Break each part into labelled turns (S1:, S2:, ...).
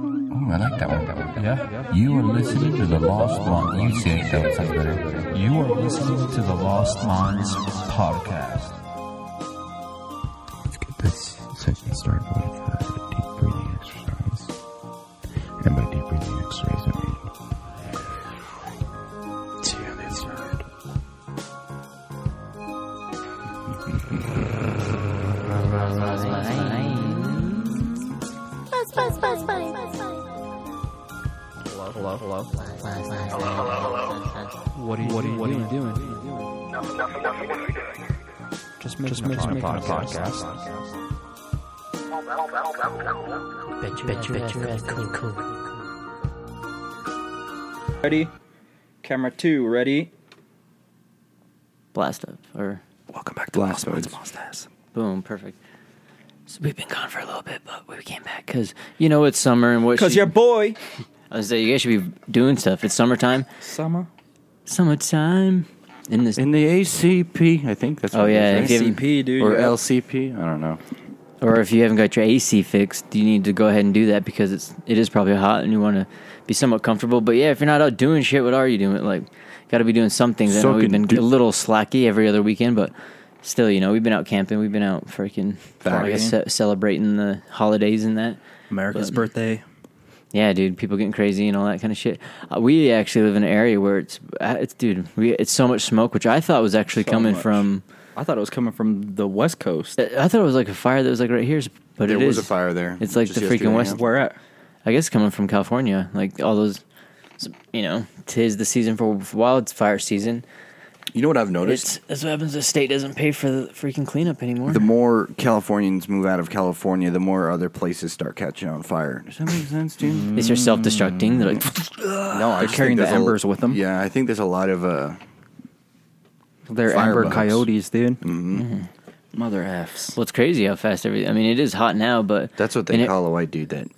S1: Mm, I like that one. That one. Yeah. You are listening to the Lost One. You say it. That sounds better.
S2: You are listening to the Lost Minds podcast.
S3: Let's get this session started with uh, a deep breathing exercise. And by deep breathing exercise, I mean. See how they sound.
S4: Buzz, buzz, buzz, buzz, buzz, buzz.
S5: What are you, what are you, what are you doing? Just make, just make, just make a podcast.
S6: Ready? Camera two, ready?
S5: Blast up or
S3: Welcome back to Last Words. Mustache.
S5: boom, perfect. So we've been gone for a little bit, but we came back because you know it's summer and what?
S6: Cause
S5: should-
S6: your boy.
S5: I was say you guys should be doing stuff. It's summertime.
S6: Summer.
S5: Summertime in this
S3: In the ACP, I think that's
S5: Oh,
S3: what
S5: yeah,
S3: it
S5: if
S3: is,
S5: you
S3: right?
S6: CP, dude.
S3: Or
S6: you're up.
S3: LCP, I don't know.
S5: or if you haven't got your AC fixed, you need to go ahead and do that because it's it is probably hot and you want to be somewhat comfortable. But yeah, if you're not out doing shit, what are you doing? Like, got to be doing some things. I know we've
S3: Soaking
S5: been
S3: deep.
S5: a little slacky every other weekend, but still, you know, we've been out camping, we've been out freaking I guess, ce- celebrating the holidays and that.
S6: America's
S5: But-
S6: birthday.
S5: Yeah, dude, people getting crazy and all that kind of shit. Uh, we actually live in an area where it's uh, it's dude, we, it's so much smoke, which I thought was actually
S6: So
S5: coming
S6: much.
S5: from.
S6: I thought it was coming from the West Coast.
S5: I thought it was like a fire that was like right here, but
S3: There
S5: it
S3: was
S5: is.
S3: a fire there.
S5: It's like
S3: just
S5: the freaking
S3: yesterday,
S5: West.
S3: yeah.
S6: Where at?
S5: I guess coming from California, like all those, you know, tis the season for wildfire season.
S3: You know what I've noticed?
S5: It's that's what happens. The state doesn't pay for the freaking cleanup anymore.
S3: the more Californians move out of California, the more other places start catching on fire. Does that make sense, dude?
S5: it's your self destructing. They're like,
S3: no, I
S6: They're
S3: just
S6: carrying
S3: think
S6: the
S3: there's a-
S6: embers with them.
S3: Yeah, I think there's a lot of uh,
S6: They're
S3: Firebugs.
S6: amber coyotes, dude. Mm-hmm. Mother f's.
S5: well, it's crazy how fast everything. I mean, it is hot now, but
S3: that's what
S5: and
S3: they
S5: it-
S3: call a white dude that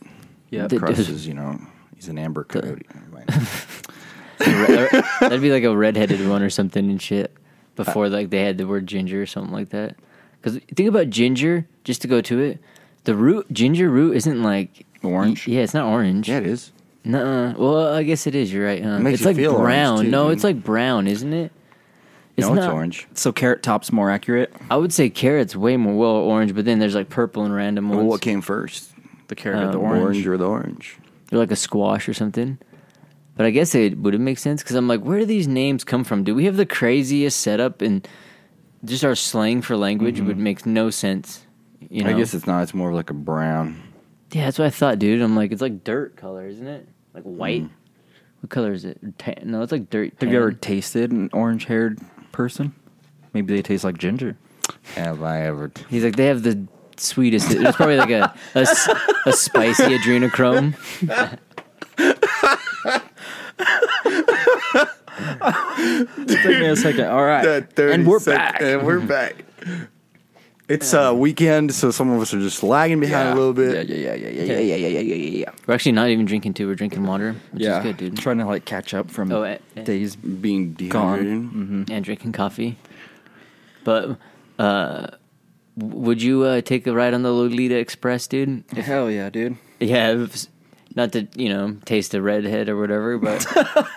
S6: Yeah.
S5: The-
S3: crosses. You know, he's an amber coyote. Never mind.
S5: That'd be like a redheaded one or something and shit. Before like they had the word ginger or something like that. Because think about ginger. Just to go to it, the root ginger root isn't like
S3: Orange?
S5: Yeah, it's not orange.
S3: yeah, it is.
S5: Nuh-uh. Well, I guess it is. You're right. Huh?
S3: It makes
S5: it's
S3: you
S5: like
S3: feel orange,
S5: brown.
S3: too,
S5: no,
S3: dude.
S5: it's like brown, isn't it?
S3: no, it's
S5: not-
S3: orange.
S6: So carrot top's more accurate.
S5: I would say carrots way more well orange, but then there's like purple and random
S3: Well,
S5: ones.
S3: what came first,
S6: The carrot or the
S5: Um,
S6: orange.
S3: or the orange?
S5: They're like a squash or something. But I guess it would it make sense because I'm like, where do these names come from? Do we have the craziest setup and just our slang for language
S6: Mm-hmm.
S5: would make no sense? You know,
S3: I guess it's not. It's more like a brown.
S5: yeah, that's what I thought, dude. I'm like, it's like dirt color, isn't it? Like white. What color is it? Tan. No, it's like dirt.
S6: Mm. Have you ever
S5: tan.
S6: tasted an orange haired person? Maybe they taste like ginger.
S3: Have I ever?
S5: He's like, they have the sweetest. It's probably like a, a, s- a spicy adrenochrome.
S6: Take me a second. All right. and we're back.
S3: And we're back. It's uh, weekend, so some of us are just lagging behind a little bit.
S6: Yeah, yeah, yeah, yeah, yeah, yeah, yeah, yeah, yeah, yeah.
S5: We're actually not even drinking tea. We're drinking water, which is good, dude.
S6: Trying to like catch up from
S5: Oh, eh, eh.
S6: days.
S3: Being dehydrated.
S5: And drinking coffee. But uh, w- would you uh, take a ride on the Lolita Express, dude?
S6: Hell yeah, dude.
S5: Yeah, if s- not to you know taste a redhead or whatever, but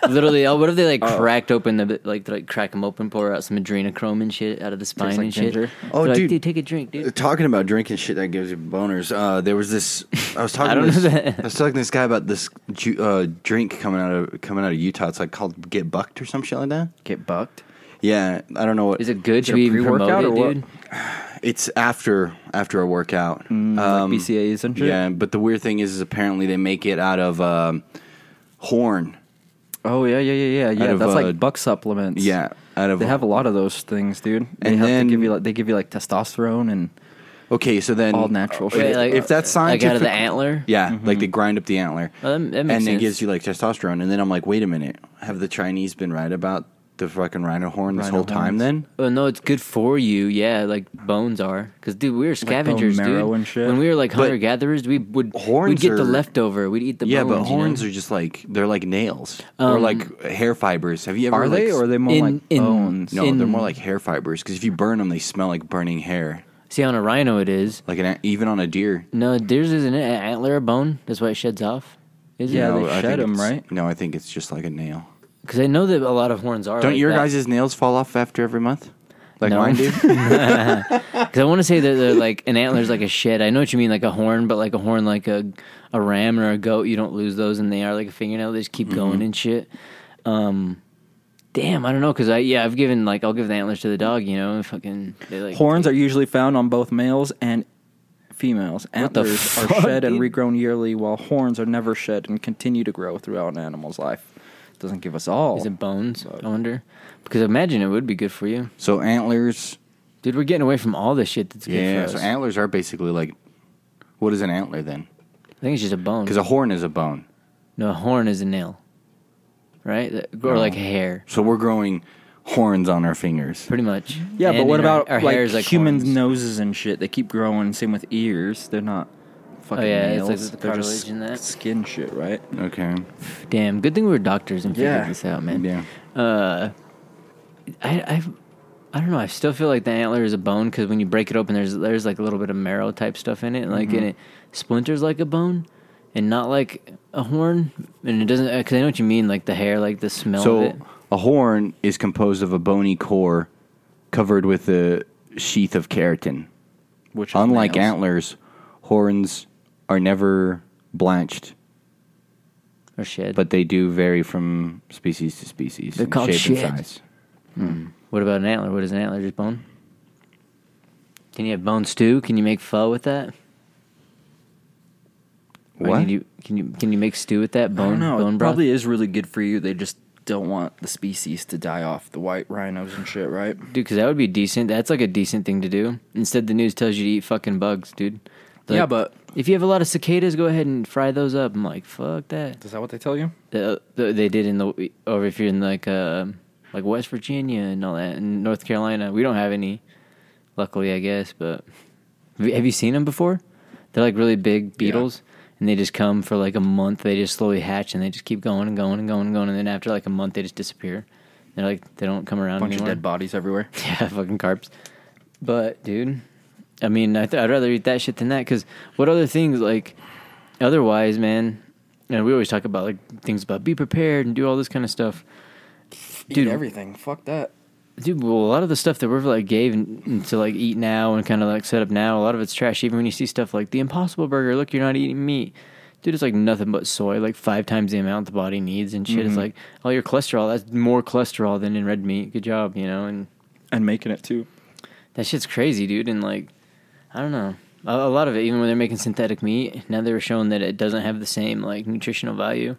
S5: literally, oh, what if they like cracked open the like they, like crack them open, pour out some adrenochrome and shit out of the spine
S6: like
S5: and shit?
S6: ginger.
S3: Oh,
S5: They're like,
S3: dude.
S5: dude, take a drink, dude.
S3: Talking about drinking shit that gives you boners. Uh, there was this. I was talking.
S5: I don't
S3: to this,
S5: know that.
S3: I was talking to this guy about this ju- uh, drink coming out of coming out of Utah. It's like called Get Bucked or some shit like that.
S6: Get bucked.
S3: Yeah, I don't know what
S5: Is it good?
S6: it
S5: Should we even promote
S6: pre-workout
S5: it,
S6: or what?
S5: dude?
S3: It's after after a workout.
S5: Mm,
S3: Um,
S6: like BCAAs and shit?
S3: Yeah, but the weird thing is, is apparently they make it out of um, horn.
S6: Oh yeah, yeah, yeah, yeah, yeah.
S3: Out of,
S6: That's
S3: uh,
S6: like buck supplements.
S3: Yeah, out of
S6: They have a lot of those things, dude. They
S3: And
S6: have
S3: then-
S6: to give you like they give you like testosterone and
S3: Okay, so then
S6: All natural
S3: If,
S6: shit.
S5: like-
S3: if that's
S5: like
S3: scientific,
S5: out of the antler.
S3: yeah, like they grind up the antler,
S5: Oh, that- that
S3: and
S5: makes
S3: it
S5: sense.
S3: gives you like testosterone. And then I'm like, wait a minute, have the Chinese been right about the fucking rhino horn this
S6: Rhino
S3: whole time?
S6: horns.
S3: Then
S5: Well, Oh, no, it's good for you. Yeah, like bones are. Because dude, we were scavengers,
S6: marrow
S5: dude.
S6: and shit.
S5: When we were like hunter gatherers, we would
S3: Horns
S5: we'd get the
S3: are-
S5: leftover. We'd eat the
S3: yeah,
S5: bones.
S3: but horns are just like they're like nails or
S5: Um,
S3: like hair fibers. Have you ever
S6: are
S3: like,
S6: they or are they more
S5: in-
S6: like
S5: in-
S6: bones?
S3: No,
S5: in-
S3: they're more like hair fibers because if you burn them, they smell like burning hair.
S5: See on a rhino, it is.
S3: Like an, even on a deer,
S5: No, theirs isn't it an antler or bone. That's why it sheds off. Is yeah,
S6: they
S3: I
S6: shed
S3: think
S6: 'em,
S3: it's-
S6: right?
S3: No, I think it's just like a nail.
S5: Because I know that a lot of horns are.
S3: Don't
S5: like
S3: your
S5: that.
S3: guys' nails fall off after every month? Like
S5: No.
S3: mine do?
S5: 'Cause I want to say that they're like an antler's like a shed. I know what you mean, like a horn, but like a horn, like a a ram or a goat, you don't lose those, and they are like a fingernail. They just keep
S6: Mm-hmm.
S5: going and shit. Um, damn, I don't know, because I yeah, I've given like I'll give the antlers to the dog, you know, and fucking they like
S6: Horns are usually found on both males and females.
S5: the
S6: Antlers
S5: fuck,
S6: are shed and
S5: dude?
S6: regrown yearly, while horns are never shed and continue to grow throughout an animal's life. Doesn't give us all.
S5: Is it bones? I wonder. Because I imagine it would be good for you,
S3: so antlers.
S5: dude. We're getting away from all this shit that's good
S3: Yeah.
S5: for
S3: So
S5: us.
S3: antlers are basically like, what is an antler then?
S5: I think it's just a bone.
S3: Because a horn is a bone.
S5: no, a horn is a nail, right? That- Or
S6: Oh.
S5: like a hair,
S3: So we're growing horns on our fingers.
S5: pretty much.
S6: Yeah, but
S5: And
S6: what
S5: in our-
S6: about
S5: our
S6: like,
S5: hair is
S6: human
S5: horns.
S6: noses and shit? They keep growing. Same with ears. They're not fucking
S5: Oh, yeah, it's like
S6: nails.
S5: the
S6: They're just
S5: cartilage and that.
S6: skin shit, right?
S3: Okay.
S5: Damn, good thing we were doctors and figured
S6: Yeah.
S5: this out, man.
S3: Yeah.
S5: I, I, I don't know. I still feel like the antler is a bone because when you break it open, there's there's like a little bit of marrow type stuff in it, like
S6: Mm-hmm.
S5: and it splinters like a bone, and not like a horn. And it doesn't because I know what you mean, like the hair, like the smell of
S3: So
S5: it.
S3: a horn is composed of a bony core covered with a sheath of keratin.
S6: Which is
S3: Unlike
S6: nails.
S3: antlers, horns are never blanched,
S5: Or shed.
S3: but they do vary from species to species.
S5: They're
S3: in
S5: called
S3: shape
S5: shed.
S3: and size.
S5: what about an antler? What is an antler? Just bone. Can you have bone stew? Can you make pho with that? Or
S3: What?
S5: Can you, can you can you make stew with that
S6: I
S5: bone
S6: don't know.
S5: bone
S6: it
S5: broth?
S6: probably is really good for you. They just don't want the species to die off. The white rhinos and shit, right?
S5: Dude, because that would be decent. That's like a decent thing to do. Instead, the news tells you to eat fucking bugs, dude. They're
S6: Yeah,
S5: like,
S6: but-
S5: if you have a lot of cicadas, go ahead and fry those up. I'm like, fuck that.
S6: Is that what they tell you?
S5: Uh, th- they did in the, or if you're in like uh, like West Virginia and all that, and North Carolina, we don't have any. Luckily, I guess. But have you, have you seen them before? They're like really big beetles, and they just come for like a month. They just slowly hatch, and they just keep going and going and going and going, and then after like a month, they just disappear. They're like they don't come around
S6: Bunch of
S5: anymore.
S6: dead bodies everywhere.
S5: Yeah, fucking carbs. But dude, I mean, I th- I'd rather eat that shit than that. Because what other things like otherwise, man? And we always talk about like things about be prepared and do all this kind of stuff. Dude.
S6: Eat everything. Fuck that.
S5: Dude, well, a lot of the stuff that we're like gave n- n- to like eat now and kind of like set up now, a lot of it's trash. Even when you see stuff like the Impossible Burger, look, you're not eating meat. Dude, it's like nothing but soy, like five times the amount the body needs and shit.
S6: Mm-hmm.
S5: It's like all your cholesterol, that's more cholesterol than in red meat. Good job, you know. And
S6: And making it too.
S5: that shit's crazy, dude. And like, I don't know. A, a lot of it, even when they're making synthetic meat, now they were showing that it doesn't have the same like nutritional value.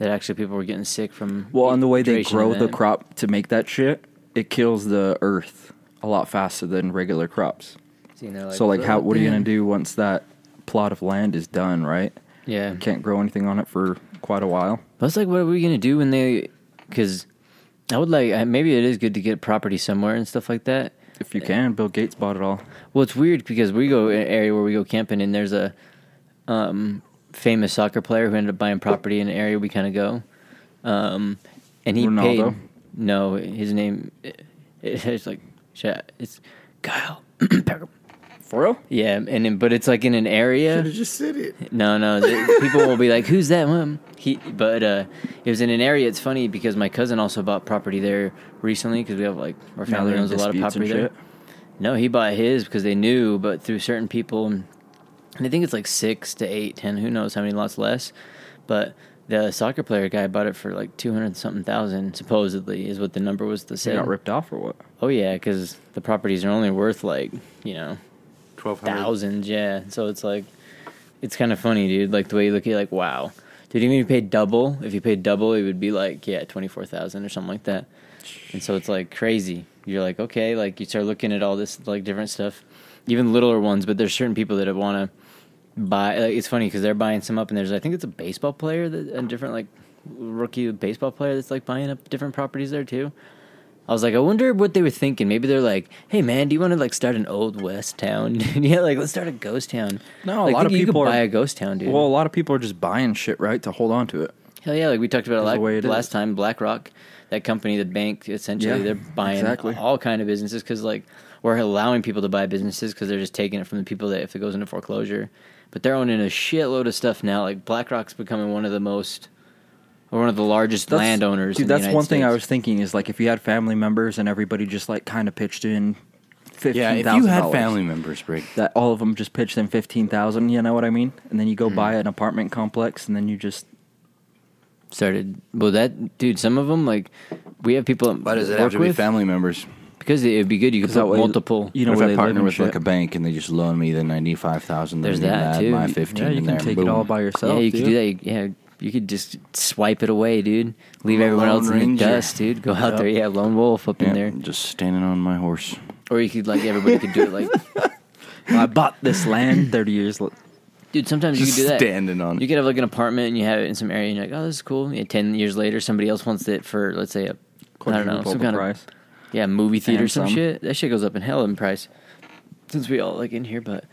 S5: That actually people were getting sick from.
S6: Well, and the way they
S5: hydration
S6: grow
S5: of
S6: the
S5: that.
S6: crop to make that shit, it kills the earth a lot faster than regular crops.
S5: So, you know,
S6: so like how
S5: "Oh,
S6: what are you
S5: damn."
S6: going to do once that plot of land is done, right?
S5: Yeah,
S6: Can't grow anything on it for quite a while.
S5: But it's like, what are we gonna do when they? Because I would like I- maybe it is good to get property somewhere and stuff like that.
S6: If you can, Bill Gates bought it all.
S5: Well, it's weird because we go in an area where we go camping, and there's a um, famous soccer player who ended up buying property in an area we kind of go. Um, and he
S6: Ronaldo?
S5: paid. No, his name. It, it's like shit, it's Kyle Beckham.
S6: For real?
S5: Yeah, and then- but it's like in an area.
S3: just said it.
S5: No, no. the- people will be like, "Who's that?" Mom? He, but uh, it was in an area. It's funny because my cousin also bought property there recently because we have like our
S6: Now
S5: family
S6: they're in
S5: owns a lot of
S6: disputes and
S5: property there.
S6: shit.
S5: No, he bought his because they knew, but through certain people, and I think it's like six to eight, ten, who knows how many lots less. But the soccer player guy bought it for like two hundred something thousand, supposedly, is what the number was. The
S6: They
S5: sale.
S6: got ripped off or what?
S5: Oh yeah, because the properties are only worth like you know
S3: Twelve
S5: thousands, yeah. So it's like, it's kind of funny, dude. Like the way you look at it, like, wow. Dude, even if you paid double, if you paid double, it would be like, yeah, 24,000 or something like that. And so it's like crazy. You're like, okay, like you start looking at all this, like different stuff, even littler ones, but there's certain people that want to buy. Like, it's funny because they're buying some up, and there's, I think it's a baseball player, that, a different, like, rookie baseball player that's like buying up different properties there too. I was like, I wonder what they were thinking. Maybe they're like, "Hey, man, do you want to like start an old west town? yeah, like let's start a ghost town."
S6: No, a
S5: like,
S6: lot of
S5: think you could
S6: people are-
S5: buy a ghost town, dude.
S6: Well, a lot of people are just buying shit, right, to hold on to it.
S5: Hell yeah, like we talked about it
S6: That's the way it
S5: last
S6: is.
S5: time, BlackRock, that company, the bank, essentially,
S6: Yeah,
S5: they're buying
S6: exactly.
S5: all kind of businesses because like we're allowing people to buy businesses because they're just taking it from the people that if it goes into foreclosure. But they're owning a shitload of stuff now. Like BlackRock's becoming one of the most, or one of the largest
S6: That's-
S5: landowners.
S6: Dude,
S5: in the
S6: that's
S5: United
S6: one thing I
S5: States.
S6: was thinking is like if you had family members and everybody just like kind of pitched in fifteen
S3: Yeah,
S6: thousand.
S3: if you had family members, break.
S6: that all of them just pitched in fifteen thousand. You know what I mean? And then you
S5: Hmm.
S6: go buy an apartment complex, and then you just
S5: started. Well, that dude, some of them like we have people.
S3: Why does it
S5: work
S3: have to be
S5: with,
S3: family members?
S5: Because it would be good. You could
S6: that
S5: put
S6: way-
S5: multiple.
S6: you know
S3: what if
S6: where
S3: I
S6: they
S3: partner
S6: live and
S3: with like
S6: shit.
S3: a bank and they just loan me the ninety five thousand?
S5: There's that,
S3: add
S5: too.
S3: My fifteen
S6: yeah, you
S3: in
S6: can
S3: there.
S6: take
S3: boom.
S6: it all by yourself.
S5: yeah, you
S6: dude.
S5: could do that. You, yeah, you could just swipe it away, dude. Leave everyone
S3: Lone
S5: else in the
S3: Ranger.
S5: dust, dude. Go out there, yeah, lone wolf up
S3: Yeah,
S5: in there.
S3: just standing on my horse.
S5: Or you could like everybody could do it. Like,
S6: I bought this land thirty years. Li-
S5: dude, sometimes you could
S3: Just
S5: do that.
S3: standing on.
S5: You could have like an apartment and you have it in some area and you're like, oh, this is cool. Yeah, Ten years later, somebody else wants it for let's say a I don't know
S6: quadruple
S5: some
S6: the
S5: kind
S6: price.
S5: of yeah movie theater
S6: And
S5: some
S6: some.
S5: shit. That shit goes up in hell in price since we all like in here. But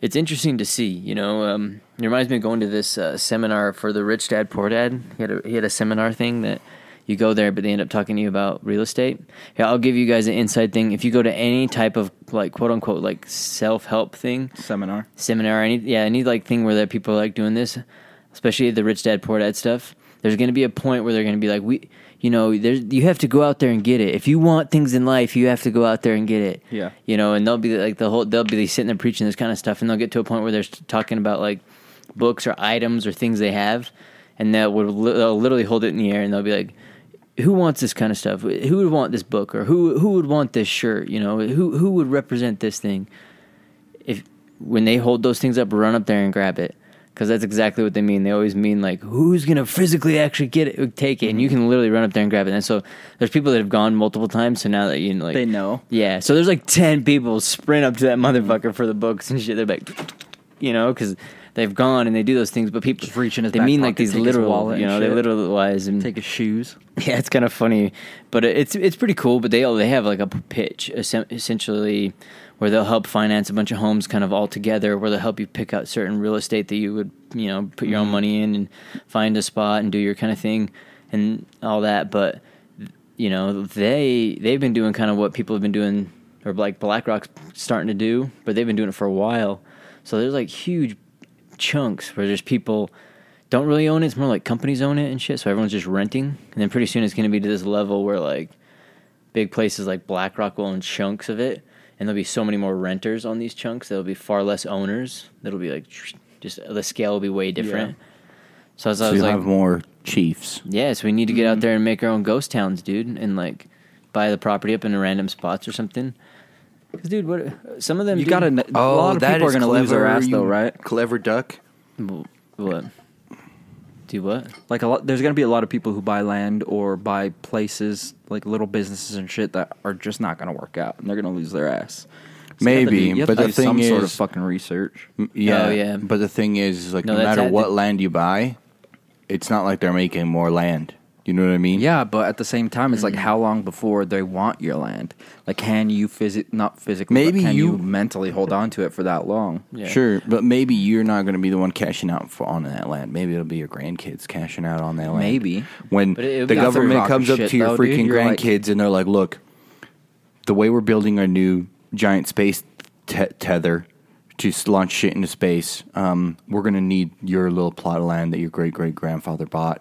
S5: it's interesting to see. You know, um, it reminds me of going to this uh, seminar for the rich dad poor dad. He had a, he had a seminar thing that. You go there, but they end up talking to you about real estate. Yeah, I'll give you guys an inside thing. If you go to any type of like quote unquote like self help thing,
S6: seminar.
S5: seminar, any yeah, any like thing where that people are like doing this, especially the rich dad poor dad stuff. There's going to be a point where they're going to be like, we, you know, there's you have to go out there and get it. If you want things in life, you have to go out there and get it.
S6: Yeah.
S5: you know, and they'll be like the whole they'll be sitting there preaching this kind of stuff, and they'll get to a point where they're talking about like books or items or things they have, and that would li- they'll literally hold it in the air and they'll be like. Who wants this kind of stuff? Who would want this book, or who who would want this shirt? You know, who who would represent this thing? if when they hold those things up, run up there and grab it. Because that's exactly what they mean. They always mean like, who's gonna physically actually get it, take it, and
S6: Mm-hmm.
S5: you can literally run up there and grab it. And so there's people that have gone multiple times. So now that you know, like
S6: They know.
S5: yeah. So there's like ten people sprint up to that motherfucker for the books and shit. They're like, you know, because they've gone and they do those things. But people
S6: Just reach in his
S5: they
S6: back
S5: mean like
S6: pocket,
S5: these
S6: take his
S5: literal,
S6: wallet
S5: you
S6: and
S5: know, they
S6: shit.
S5: literal wise and
S6: Take his shoes.
S5: yeah, it's kind of funny, but it- it's it's pretty cool. But they all they have like a p- pitch essen- essentially where they'll help finance a bunch of homes kind of all together, where they'll help you pick out certain real estate that you would you know put your own money in and find a spot and do your kind of thing and all that. But you know they they've been doing kind of what people have been doing or like BlackRock's starting to do, but they've been doing it for a while. So there's like huge chunks where there's people don't really own it. It's more like companies own it and shit. So everyone's just renting, and then pretty soon it's going to be to this level where like big places like BlackRock will own chunks of it, and there'll be so many more renters on these chunks. There'll be far less owners. That'll be like just the scale will be way different. So as I
S3: So
S5: was
S3: you'll
S5: like,
S3: have more chiefs.
S5: Yes, we need to
S6: Mm-hmm.
S5: get out there and make our own ghost towns, dude, and like buy the property up in random spots or something. Because, dude, what some of them
S6: You
S5: dude-
S6: got to. a
S5: Oh,
S6: lot of people are going to lose their ass though, right?
S3: Clever duck.
S5: what? Do what?
S6: Like a lot, there's going to be a lot of people who buy land or buy places like little businesses and shit that are just not going to work out, and they're going to lose their ass. So you have to
S3: Maybe,
S6: do- you have
S3: but
S6: to
S3: the
S6: do
S3: thing
S6: some sort
S3: is-
S6: of fucking research.
S3: M- Yeah,
S5: Oh, yeah.
S3: But the thing is, is like
S5: No,
S3: no,
S5: that's
S3: matter
S5: at-
S3: what land you buy, it's not like they're making more land. You know what I mean?
S6: Yeah, but at the same time, it's like how long before they want your land? Like, can you physic not physically? but
S3: Maybe
S6: can
S3: you-
S6: mentally hold on to it for that long.
S5: Yeah.
S3: Sure, but maybe you're not going to be the one cashing out for, on that land. Maybe it'll be your grandkids cashing out on that land.
S6: Maybe.
S3: when
S5: But it- it would
S3: the
S5: be-
S3: government
S6: That's a
S3: comes up
S6: rocket
S3: to your
S6: shit, though, dude.
S3: freaking
S6: You're like-
S3: grandkids and they're like, "Look, the way we're building our new giant space te- tether to s- launch shit into space, um, we're going to need your little plot of land that your great great grandfather bought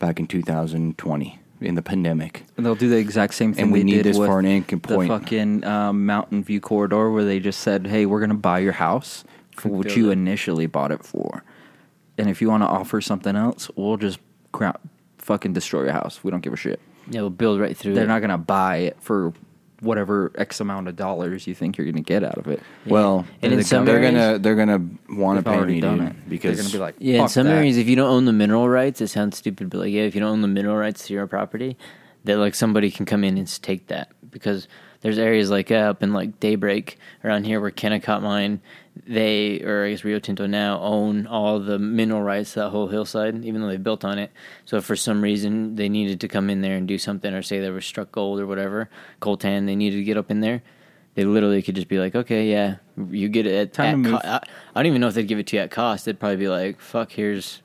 S3: back in 2020 in the pandemic."
S6: And they'll do the exact same thing.
S3: And we
S6: they
S3: need
S6: did
S3: this
S6: with
S3: for an anchor point.
S6: The fucking um, Mountain View corridor, where they just said, "Hey, we're going to buy your house for what you initially bought it for, and if you want to offer something else, we'll just crap, fucking destroy your house. We don't give a shit.
S5: Yeah, we'll build right through.
S6: They're
S5: it.
S6: not going to buy it for." Whatever X amount of dollars you think you're going to get out of it,
S3: Well,
S5: And in
S3: they're
S5: some
S3: gonna
S5: areas-
S3: they're gonna want
S6: They've
S3: to pay
S6: already
S3: me
S6: done
S3: dude,
S6: it
S3: because
S6: they're going to be like,
S5: Yeah, in
S6: "Fuck
S5: some
S6: that."
S5: areas, if you don't own the mineral rights, it sounds stupid, but like, yeah, if you don't own the mineral rights to your property, that like somebody can come in and s- take that because there's areas like uh, up in like Daybreak around here where Kennecott Mine, they or I guess Rio Tinto now own all the mineral rights to that whole hillside, even though they built on it. So if for some reason they needed to come in there and do something, or say they were struck gold or whatever, coltan, they needed to get up in there. They literally could just be like, okay, yeah, You get it at
S6: Time to
S5: at
S6: move.
S5: I, I don't even know if they'd give it to you at cost. They'd probably be like, "Fuck, here's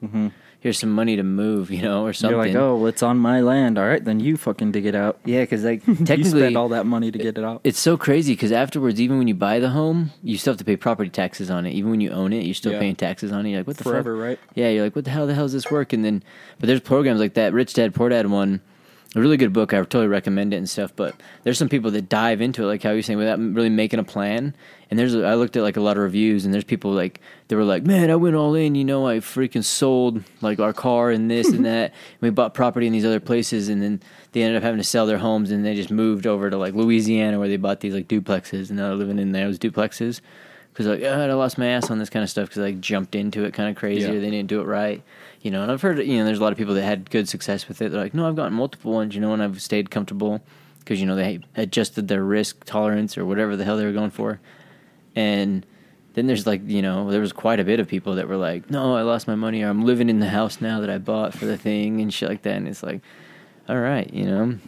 S5: here's some money to move," you know, or something.
S6: You're like, oh, it's on my land. All right, then you fucking dig it out.
S5: yeah, because like
S6: you
S5: technically,
S6: spend all that money to get it out.
S5: it's so crazy because afterwards, even when you buy the home, you still have to pay property taxes on it. Even when you own it, you're still
S6: Yeah.
S5: paying taxes on it. You're like, what the
S6: Forever,
S5: fuck?
S6: right?
S5: Yeah, you're like, what the hell? The hell does this work? And then, but there's programs like that. Rich Dad Poor Dad one, a really good book. I totally recommend it and stuff. But there's some people that dive into it, like how you're saying, without really making a plan. And there's, I looked at like a lot of reviews, and there's people like they were like, man, I went all in. You know, I freaking sold like our car and this and that. And we bought property in these other places, and then they ended up having to sell their homes, and they just moved over to like Louisiana where they bought these like duplexes, and now they're living in those duplexes because like oh, I lost my ass on this kind of stuff because I like, jumped into it kind of crazy
S6: Yeah.
S5: or they didn't do it right, you know. And I've heard you know there's a lot of people that had good success with it. They're like, no, I've gotten multiple ones, you know, and I've stayed comfortable because you know they adjusted their risk tolerance or whatever the hell they were going for. And then there's like you know there was quite a bit of people that were like, no, I lost my money or I'm living in the house now that I bought for the thing and shit like that. And it's like, all right, you know.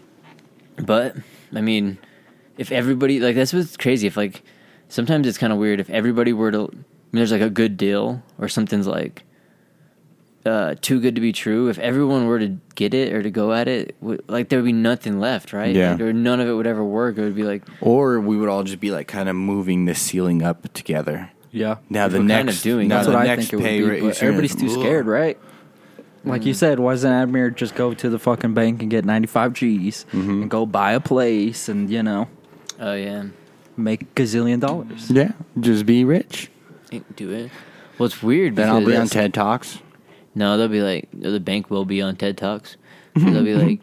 S5: But I mean, if everybody like that's what's crazy. If like sometimes it's kind of weird if everybody were to I mean, there's like a good deal or something's like uh, too good to be true. If everyone were to get it or to go at it, w- like there would be nothing left, right?
S3: Yeah.
S5: Like, or none of it would ever work. It would be like
S3: Or we would all just be like kind of moving the ceiling up together.
S6: Yeah.
S3: Now
S5: If
S3: the
S5: we're kinda
S3: next,
S5: doing
S3: now
S5: that.
S6: That's
S3: the
S6: what I
S3: next
S6: think it would
S3: pay
S6: be.
S3: rate is Mm.
S6: But everybody's too
S3: gonna-
S6: scared, right? Like you said, why doesn't Admir just go to the fucking bank and get 95 Gs
S3: Mm-hmm.
S6: and go buy a place and, you know,
S5: oh yeah,
S6: make gazillion dollars?
S3: Yeah, just be rich.
S5: ain't do it. Well, it's weird.
S3: Then I'll be
S5: because-
S3: on TED Talks.
S5: No, they'll be like the bank will be on TED Talks. they'll be like.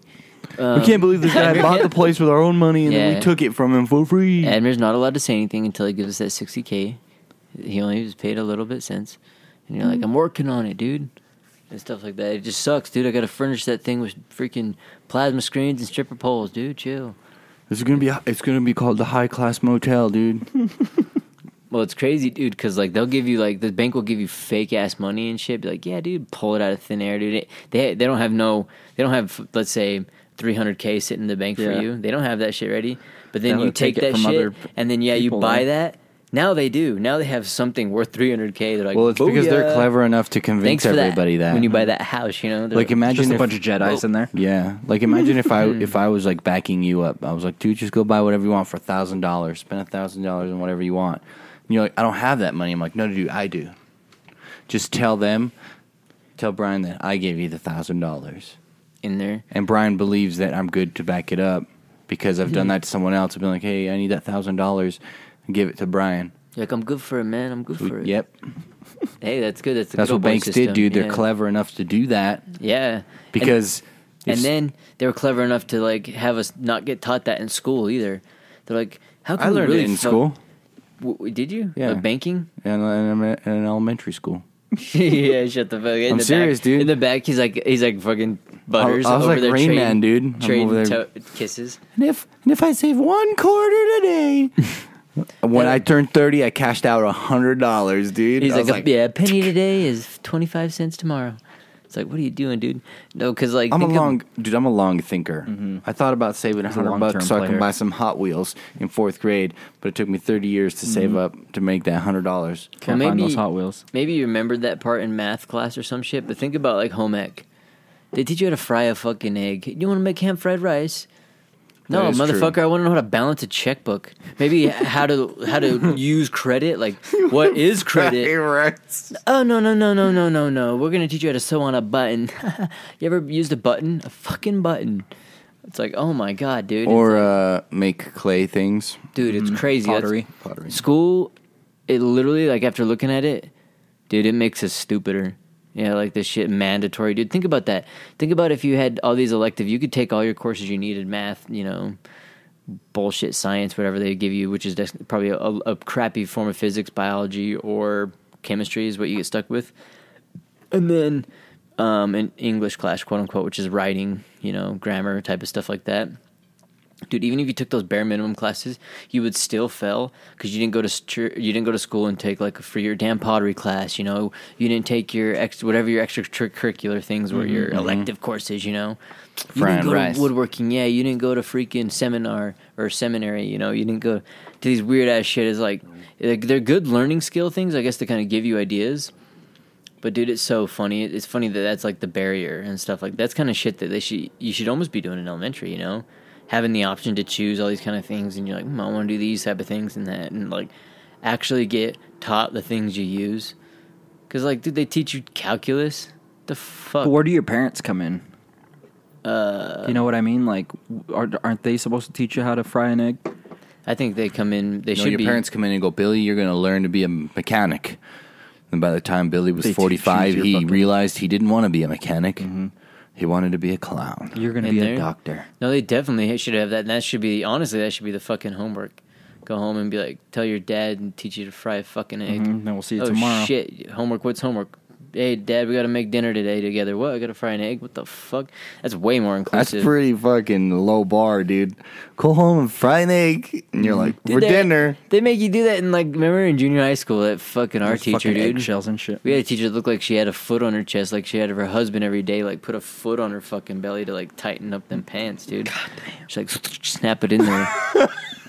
S5: um,
S3: we can't believe this guy bought the place with our own money and then
S5: Yeah.
S3: we took it from him for free.
S5: Admir's not allowed to say anything until he gives us that 60K. He only was paid a little bit since. And you're like, I'm working on it, dude. And stuff like that. It just sucks, dude. I got to furnish that thing with freaking plasma screens and stripper poles, dude. Chill.
S3: It's gonna be it's gonna be called the high class motel, dude.
S5: Well, it's crazy, dude, because like they'll give you like the bank will give you fake ass money and shit. Be like, yeah, dude, pull it out of thin air, dude. It, they they don't have no, they don't have let's say 300k sitting in the bank
S6: Yeah.
S5: for you. They don't have that shit ready. But then
S6: Now
S5: you
S6: they take
S5: take,
S6: it
S5: that
S6: from
S5: shit
S6: other
S5: and then yeah, you
S6: people,
S5: buy
S6: right?
S5: that. Now they do. Now they have something worth 300k. They're like,
S3: Well, it's because they're
S5: "Booyah."
S3: clever enough to convince
S5: Oh, Thanks for
S3: everybody that.
S5: when you buy that house, you know, They're
S3: like imagine
S6: Just a
S3: if-
S6: bunch of Jedis in there.
S3: Yeah, like imagine if I if I was like backing you up, I was like, dude, just go buy whatever you want for a thousand dollars, spend a thousand dollars on whatever you want. And you're like, I don't have that money. I'm like, no, dude, I do. Just tell them, tell Brian that I gave you the thousand dollars,
S5: in there.
S3: and Brian believes that I'm good to back it up because I've done that to someone else. I've been like, hey, I need that thousand dollars, give it to Brian.
S5: You're like I'm good for it, man. I'm good for it.
S3: Yep,
S5: Hey, that's good. That's the
S3: that's
S5: good
S3: what
S5: old boy
S3: banks
S5: system.
S3: did, dude. They're
S5: Yeah.
S3: clever enough to do that
S5: Yeah. And-
S3: because.
S5: And
S3: if-
S5: then they were clever enough to like have us not get taught that in school either. They're like, how can
S3: I
S5: we
S3: learned
S5: really
S3: it in
S5: fuck-
S3: school
S5: W- w- did you?
S3: Yeah.
S5: Like banking.
S3: and in, in, in elementary school.
S5: yeah, shut the fuck. In
S3: I'm
S5: the
S3: serious,
S5: back,
S3: dude.
S5: In the back, he's like, he's like fucking butters
S3: I was
S5: over
S3: like
S5: there.
S3: Rain
S5: trading,
S3: Man, dude. I'm over
S5: Trading
S3: there.
S5: to- kisses.
S3: And if and if I save one quarter today, when I turned thirty, I cashed out a hundred dollars, dude.
S5: He's
S3: I
S5: like,
S3: was
S5: "A- yeah, a penny today is twenty five cents tomorrow. It's like, what are you doing, dude? No, because like
S3: I'm a
S5: think of-
S3: long dude. I'm a long thinker. I thought about saving a
S6: a
S3: hundred
S6: long-term
S3: bucks so I can
S6: player.
S3: buy some Hot Wheels in fourth grade, but it took me thirty years to save up to make that hundred dollars.
S6: Can't
S5: Well,
S6: find
S5: maybe-
S6: those Hot Wheels.
S5: Maybe you remembered that part in math class or some shit, but think about like home ec. They teach you how to fry a fucking egg. You want to make ham fried rice? No,
S3: That is
S5: motherfucker,
S3: true.
S5: I want to know how to balance a checkbook. Maybe how to how to use credit. Like, what is credit? Oh no no no no no no no! We're gonna teach you how to sew on a button. you ever used a button? A fucking button. It's like, oh my god, dude! It's
S3: Or uh, make clay things.
S5: dude, it's crazy. That's-
S6: Pottery.
S3: Pottery.
S5: School, it literally like after looking at it, dude, it makes us stupider. Yeah, like this shit mandatory, dude. Think about that. Think about if you had all these elective, you could take all your courses you needed, math, you know, bullshit science, whatever they give you, which is des- probably a, a crappy form of physics, biology, or chemistry is what you get stuck with and then um, an English class, quote unquote, which is writing, you know, grammar type of stuff like that. dude even if you took those bare minimum classes you would still fail because you didn't go to stu- you didn't go to school and take like a for your damn pottery class you know you didn't take your ex whatever your extracurricular things were your elective courses you know you
S3: Frying
S5: didn't go
S3: rice.
S5: to woodworking yeah you didn't go to freaking seminar or seminary you know you didn't go to these weird ass shit is like like, they're good learning skill things i guess to kind of give you ideas but dude, it's so funny. It's funny that that's like the barrier and stuff like that's kind of shit that they should you should almost be doing in elementary. You know, having the option to choose all these kind of things, and you're like, mm, I want to do these type of things and that, and like actually get taught the things you use. Because like, dude, they teach you calculus. The fuck?
S6: But where do your parents come in? Uh, you know what I mean? Like, are, aren't they supposed to teach you how to fry an egg?
S5: I think they come in. They
S3: You know,
S5: should
S3: your
S5: be.
S3: parents come in and go, Billy, you're going to learn to be a mechanic. And by the time Billy was
S6: They teach you
S3: 45,
S6: your
S3: he
S6: fucking-
S3: realized he didn't want to be a mechanic. He wanted to be a clown.
S6: You're going to
S5: In
S6: be
S5: there?
S6: a doctor.
S5: No, they definitely should have that. And that should be honestly, that should be the fucking homework. Go home and be like, tell your dad and teach you to fry a fucking egg.
S3: Mm,
S6: Mhm, then we'll see you
S5: oh,
S6: tomorrow.
S5: Shit, homework. What's homework? Hey, dad, we got to make dinner today together. What? I got to fry an egg. What the fuck? That's way more
S3: That's
S5: inclusive.
S3: pretty fucking low bar, dude. Go home and fry an egg. And you're like,
S5: Dude,
S3: for
S5: they-
S3: dinner.
S5: They make you do that in like remember in junior high school that fucking art
S6: Those
S5: teacher
S6: fucking
S5: dude.
S6: eggshells and shit.
S5: We had a teacher that looked like she had a foot on her chest, like she had her husband every day, like put a foot on her fucking belly to like tighten up them pants, dude. God damn. She like snap it in there.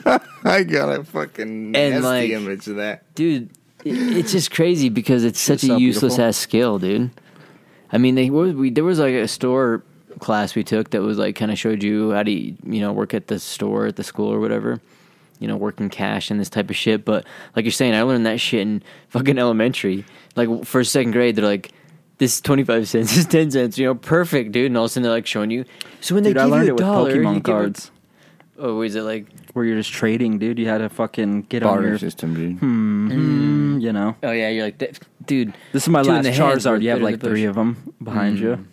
S3: I got a fucking
S5: And,
S3: nasty
S5: like-
S3: image of that.
S5: dude it, it's just crazy because it's such
S3: so
S5: a useless
S3: beautiful.
S5: ass skill dude i mean they what was we there was like a store class we took that was like kind of showed you how to you know work at the store at the school or whatever you know working cash and this type of shit but like you're saying i learned that shit in fucking elementary like first second grade they're like this is 25 cents this is 10 cents you know perfect dude and all of a sudden they're like showing you so when they
S6: Dude,
S5: give
S6: I learned
S5: you a
S6: it with
S5: dollar you
S6: Pokemon
S5: give
S6: cards
S5: it, oh is it like
S6: where you're just trading, dude. You had to fucking get on
S3: Barter
S6: your,
S3: system, dude.
S5: Hmm.
S6: mm, you know.
S5: oh yeah you're like "That- dude
S6: This is my
S5: two in
S6: last
S5: the hand
S6: Charizard.
S5: worth
S6: You have
S5: better than
S6: like
S5: the
S6: three
S5: bush."
S6: of them behind you.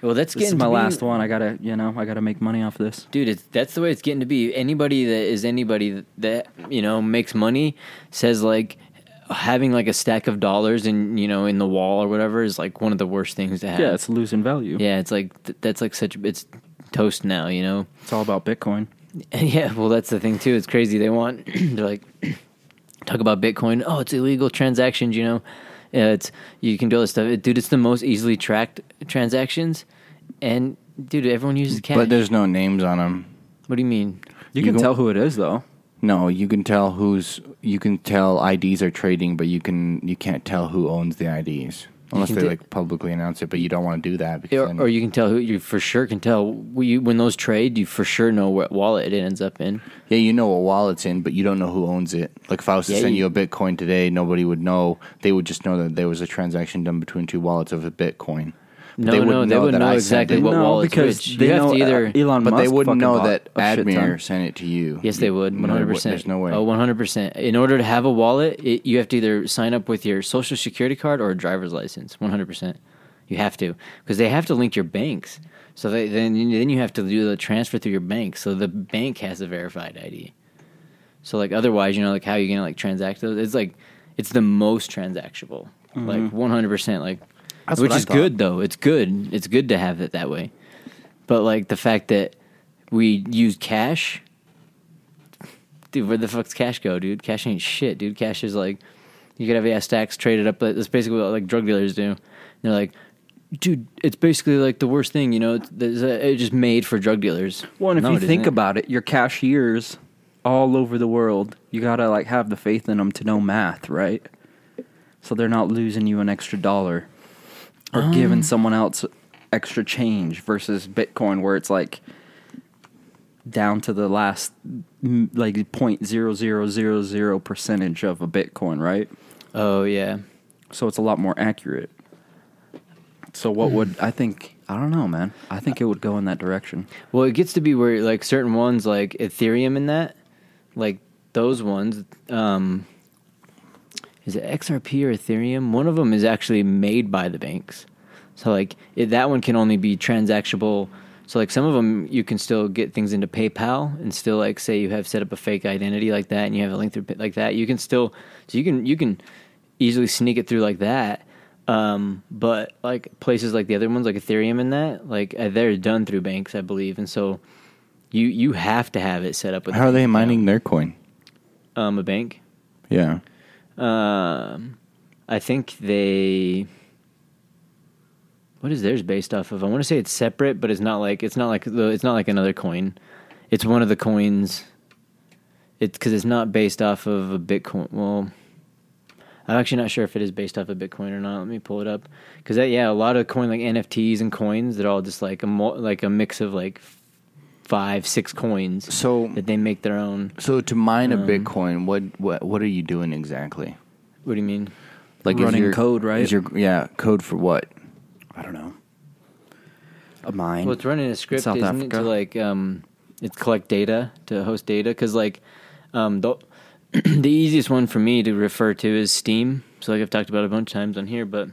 S5: well that's
S6: This is
S5: getting
S6: my
S5: to be-
S6: last one. I gotta, you know, I gotta make money off this.
S5: dude it's, that's the way it's getting to be anybody that is anybody that you know makes money says like having like a stack of dollars in you know in the wall or whatever is like one of the worst things to have
S6: Yeah, it's losing value.
S5: yeah it's like th- that's like such it's toast now you know
S6: It's all about Bitcoin.
S5: yeah well that's the thing too it's crazy they want they're like talk about bitcoin oh it's illegal transactions you know yeah, it's you can do all this stuff dude it's the most easily tracked transactions and dude everyone uses cash
S3: But there's no names on them.
S5: what do you mean
S6: You,
S3: You
S6: can
S3: go-
S6: tell who it is though.
S3: No, you can tell who's you can tell IDs are trading, but you can you can't tell who owns the IDs unless
S5: can
S3: they
S5: do-
S3: like publicly announce it. But you don't want to do that because
S5: Or,
S3: then-
S5: or you can tell who you for sure can tell when you, when those trade. You for sure know what wallet it ends up in.
S3: yeah, you know what wallet's in, but you don't know who owns it. Like if I was to
S5: Yeah,
S3: send
S5: you-
S3: you a Bitcoin today, nobody would know. They would just know that there was a transaction done between two wallets of a Bitcoin. But
S5: No,
S3: would
S5: no, they would
S3: that
S5: know
S3: I sent
S5: exactly
S3: it.
S5: what
S6: No,
S5: wallet's
S6: because
S5: which.
S6: they
S5: you have
S6: know,
S5: to either
S6: uh, Elon-
S3: but they
S6: Musk
S3: wouldn't
S6: fucking
S3: know
S6: bought
S3: that
S6: a shit ton.
S3: Admir sent it to you.
S5: Yes, they would.
S3: No,
S5: One hundred percent.
S3: There's no way.
S5: Oh, one hundred percent. In order to have a wallet, it, you have to either sign up with your social security card or a driver's license. One hundred percent. You have to because they have to link your banks. So they, then you- then you have to do the transfer through your bank. So the bank has a verified ID. So like otherwise, you know, like how you gonna like transact those? It's like it's the most transactable. Like one hundred percent. Like
S3: Mm-hmm. That's
S5: which
S3: what I
S5: is
S3: thought.
S5: good though. It's good. It's good to have it that way. But like the fact that we use cash dude, where the fuck's cash go, dude? Cash ain't shit, dude. Cash is like, you could have ass stacks traded up. That's basically what like drug dealers do. they're like, dude, it's basically like the worst thing, you know? It's, it's, uh, it's just made for drug dealers.
S6: Well, and if
S5: No,
S6: you
S5: it isn't.
S6: think about it, your cashiers all over the world, you gotta like have the faith in them to know math, right? So they're not losing you an extra dollar or
S5: Um.
S6: giving someone else extra change versus Bitcoin, where it's like down to the last mm, like point zero zero zero zero percentage of a Bitcoin, right?
S5: oh yeah,
S6: So it's a lot more accurate. So what would I think? I don't know, man. I think it would go in that direction.
S5: well, it gets to be where like certain ones, like Ethereum and that, like those ones, um, is it XRP or Ethereum? One of them is actually made by the banks. So like it, that one can only be transactable. So like some of them you can still get things into PayPal and still like say you have set up a fake identity like that and you have a link through Pay- like that. You can still so you can you can easily sneak it through like that. Um, but like places like the other ones like Ethereum and that like uh, they're done through banks I believe and so You you have to have it set up with. a
S3: How are
S5: bank
S3: they
S5: account.
S3: mining their coin?
S5: Um, a bank.
S3: Yeah.
S5: Um, I think they. What is theirs based off of? I want to say it's separate, but it's not like it's not like the- it's not like another coin. It's one of the coins. It's because it's not based off of a Bitcoin. Well, I'm actually not sure if it is based off of Bitcoin or not. Let me pull it up because that yeah, a lot of coin like NFTs and coins they're all just like a mo- like a mix of like five six coins.
S3: So-
S5: that they make their own.
S3: So to mine
S5: Uh-huh.
S3: a Bitcoin, what what what are you doing exactly?
S5: What do you mean?
S3: Like is
S6: Running
S3: your-
S6: code, right?
S3: Is your yeah code for what?
S6: I don't know. A mine.
S5: Well, it's running a script,
S6: South
S5: isn't it,
S6: Africa.
S5: to like um, it collect data to host data because like um, the the easiest one for me to refer to is Steam. So like I've talked about it a bunch of times on here, but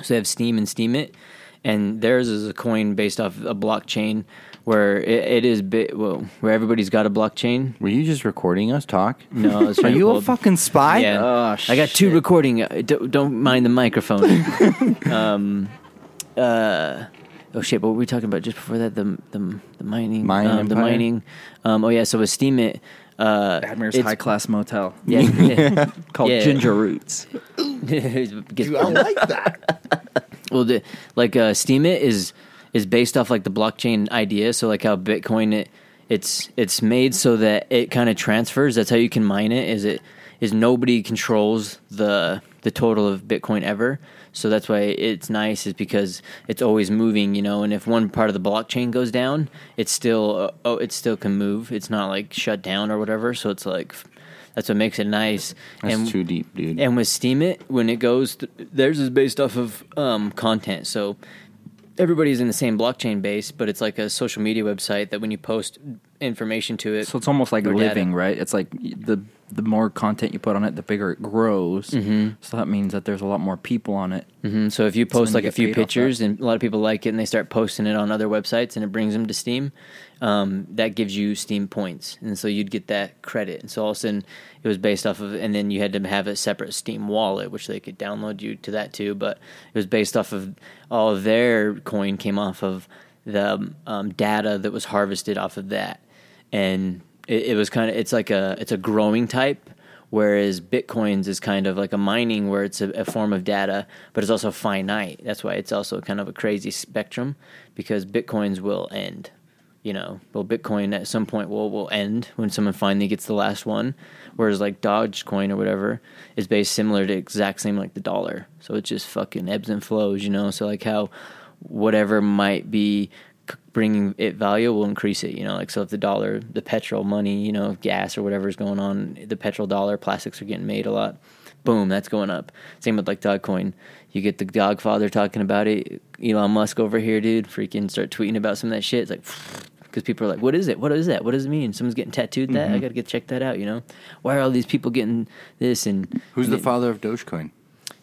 S5: so they have Steam and Steam it, and theirs is a coin based off a blockchain where it, it is bit well where everybody's got a blockchain.
S3: Were you just recording us talk?
S5: No, I was
S3: Are
S5: trying to
S3: you
S5: pull
S3: a
S5: up-
S3: fucking spy?
S5: yeah,
S6: Oh,
S5: I got two
S6: shit.
S5: recording. uh, Don't, don't mind the microphone. um, uh, oh shit! What were we talking about just before that? The the, the mining,
S3: Mine
S5: um, the
S3: empire?
S5: mining. Um, oh yeah, so with Steam it. Uh,
S6: Admiral's
S5: it's-
S6: High Class Motel
S5: Yeah, yeah.
S6: called
S5: Yeah.
S6: Ginger Roots.
S5: I like that. well, the, like uh, Steam it is is based off like the blockchain idea. So like how Bitcoin it it's it's made so that it kind of transfers. That's how you can mine it. Is it is nobody controls the the total of Bitcoin ever. So that's why it's nice is because it's always moving, you know. And if one part of the blockchain goes down, it's still uh, oh it still can move. It's not like shut down or whatever. So it's like that's what makes it nice.
S3: That's
S5: and
S3: too deep, dude.
S5: and with Steam, it when it goes, th- theirs is based off of um, content. So everybody's in the same blockchain base, but it's like a social media website that when you post information to it,
S6: So it's almost like
S5: Or data.
S6: living, right? It's like the the more content you put on it, the bigger it grows. So that means that there's a lot more people on it.
S5: Mhm. so if you post
S6: then
S5: like
S6: you
S5: a
S6: get
S5: few
S6: paid off
S5: pictures and a lot of people like it and they start posting it on other websites and it brings them to Steam, um, that gives you Steam points, and so you'd get that credit. And so all of a sudden it was based off of, and then you had to have a separate Steam wallet, which they could download you to that too. But it was based off of all of their coin came off of the um, data that was harvested off of that, and it, it was kind of it's like a it's a growing type whereas bitcoins is kind of like a mining where it's a, a form of data but it's also finite that's why it's also kind of a crazy spectrum because bitcoins will end you know well bitcoin at some point will will end when someone finally gets the last one whereas like dogecoin or whatever is based similar to exact same like the dollar so it just fucking ebbs and flows you know so like how whatever might be c- bringing it value will increase it you know like so if the dollar the petrol money you know gas or whatever's going on the petrol dollar plastics are getting made a lot boom that's going up same with like dogcoin you get the dogfather talking about it elon musk over here dude freaking start tweeting about some of that shit it's like because people are like what is it what is that what does it mean someone's getting tattooed that
S3: Mm-hmm.
S5: i gotta get check that out you know why are all these people getting this and
S3: Who's
S5: and
S3: the
S5: it-
S3: father of Dogecoin?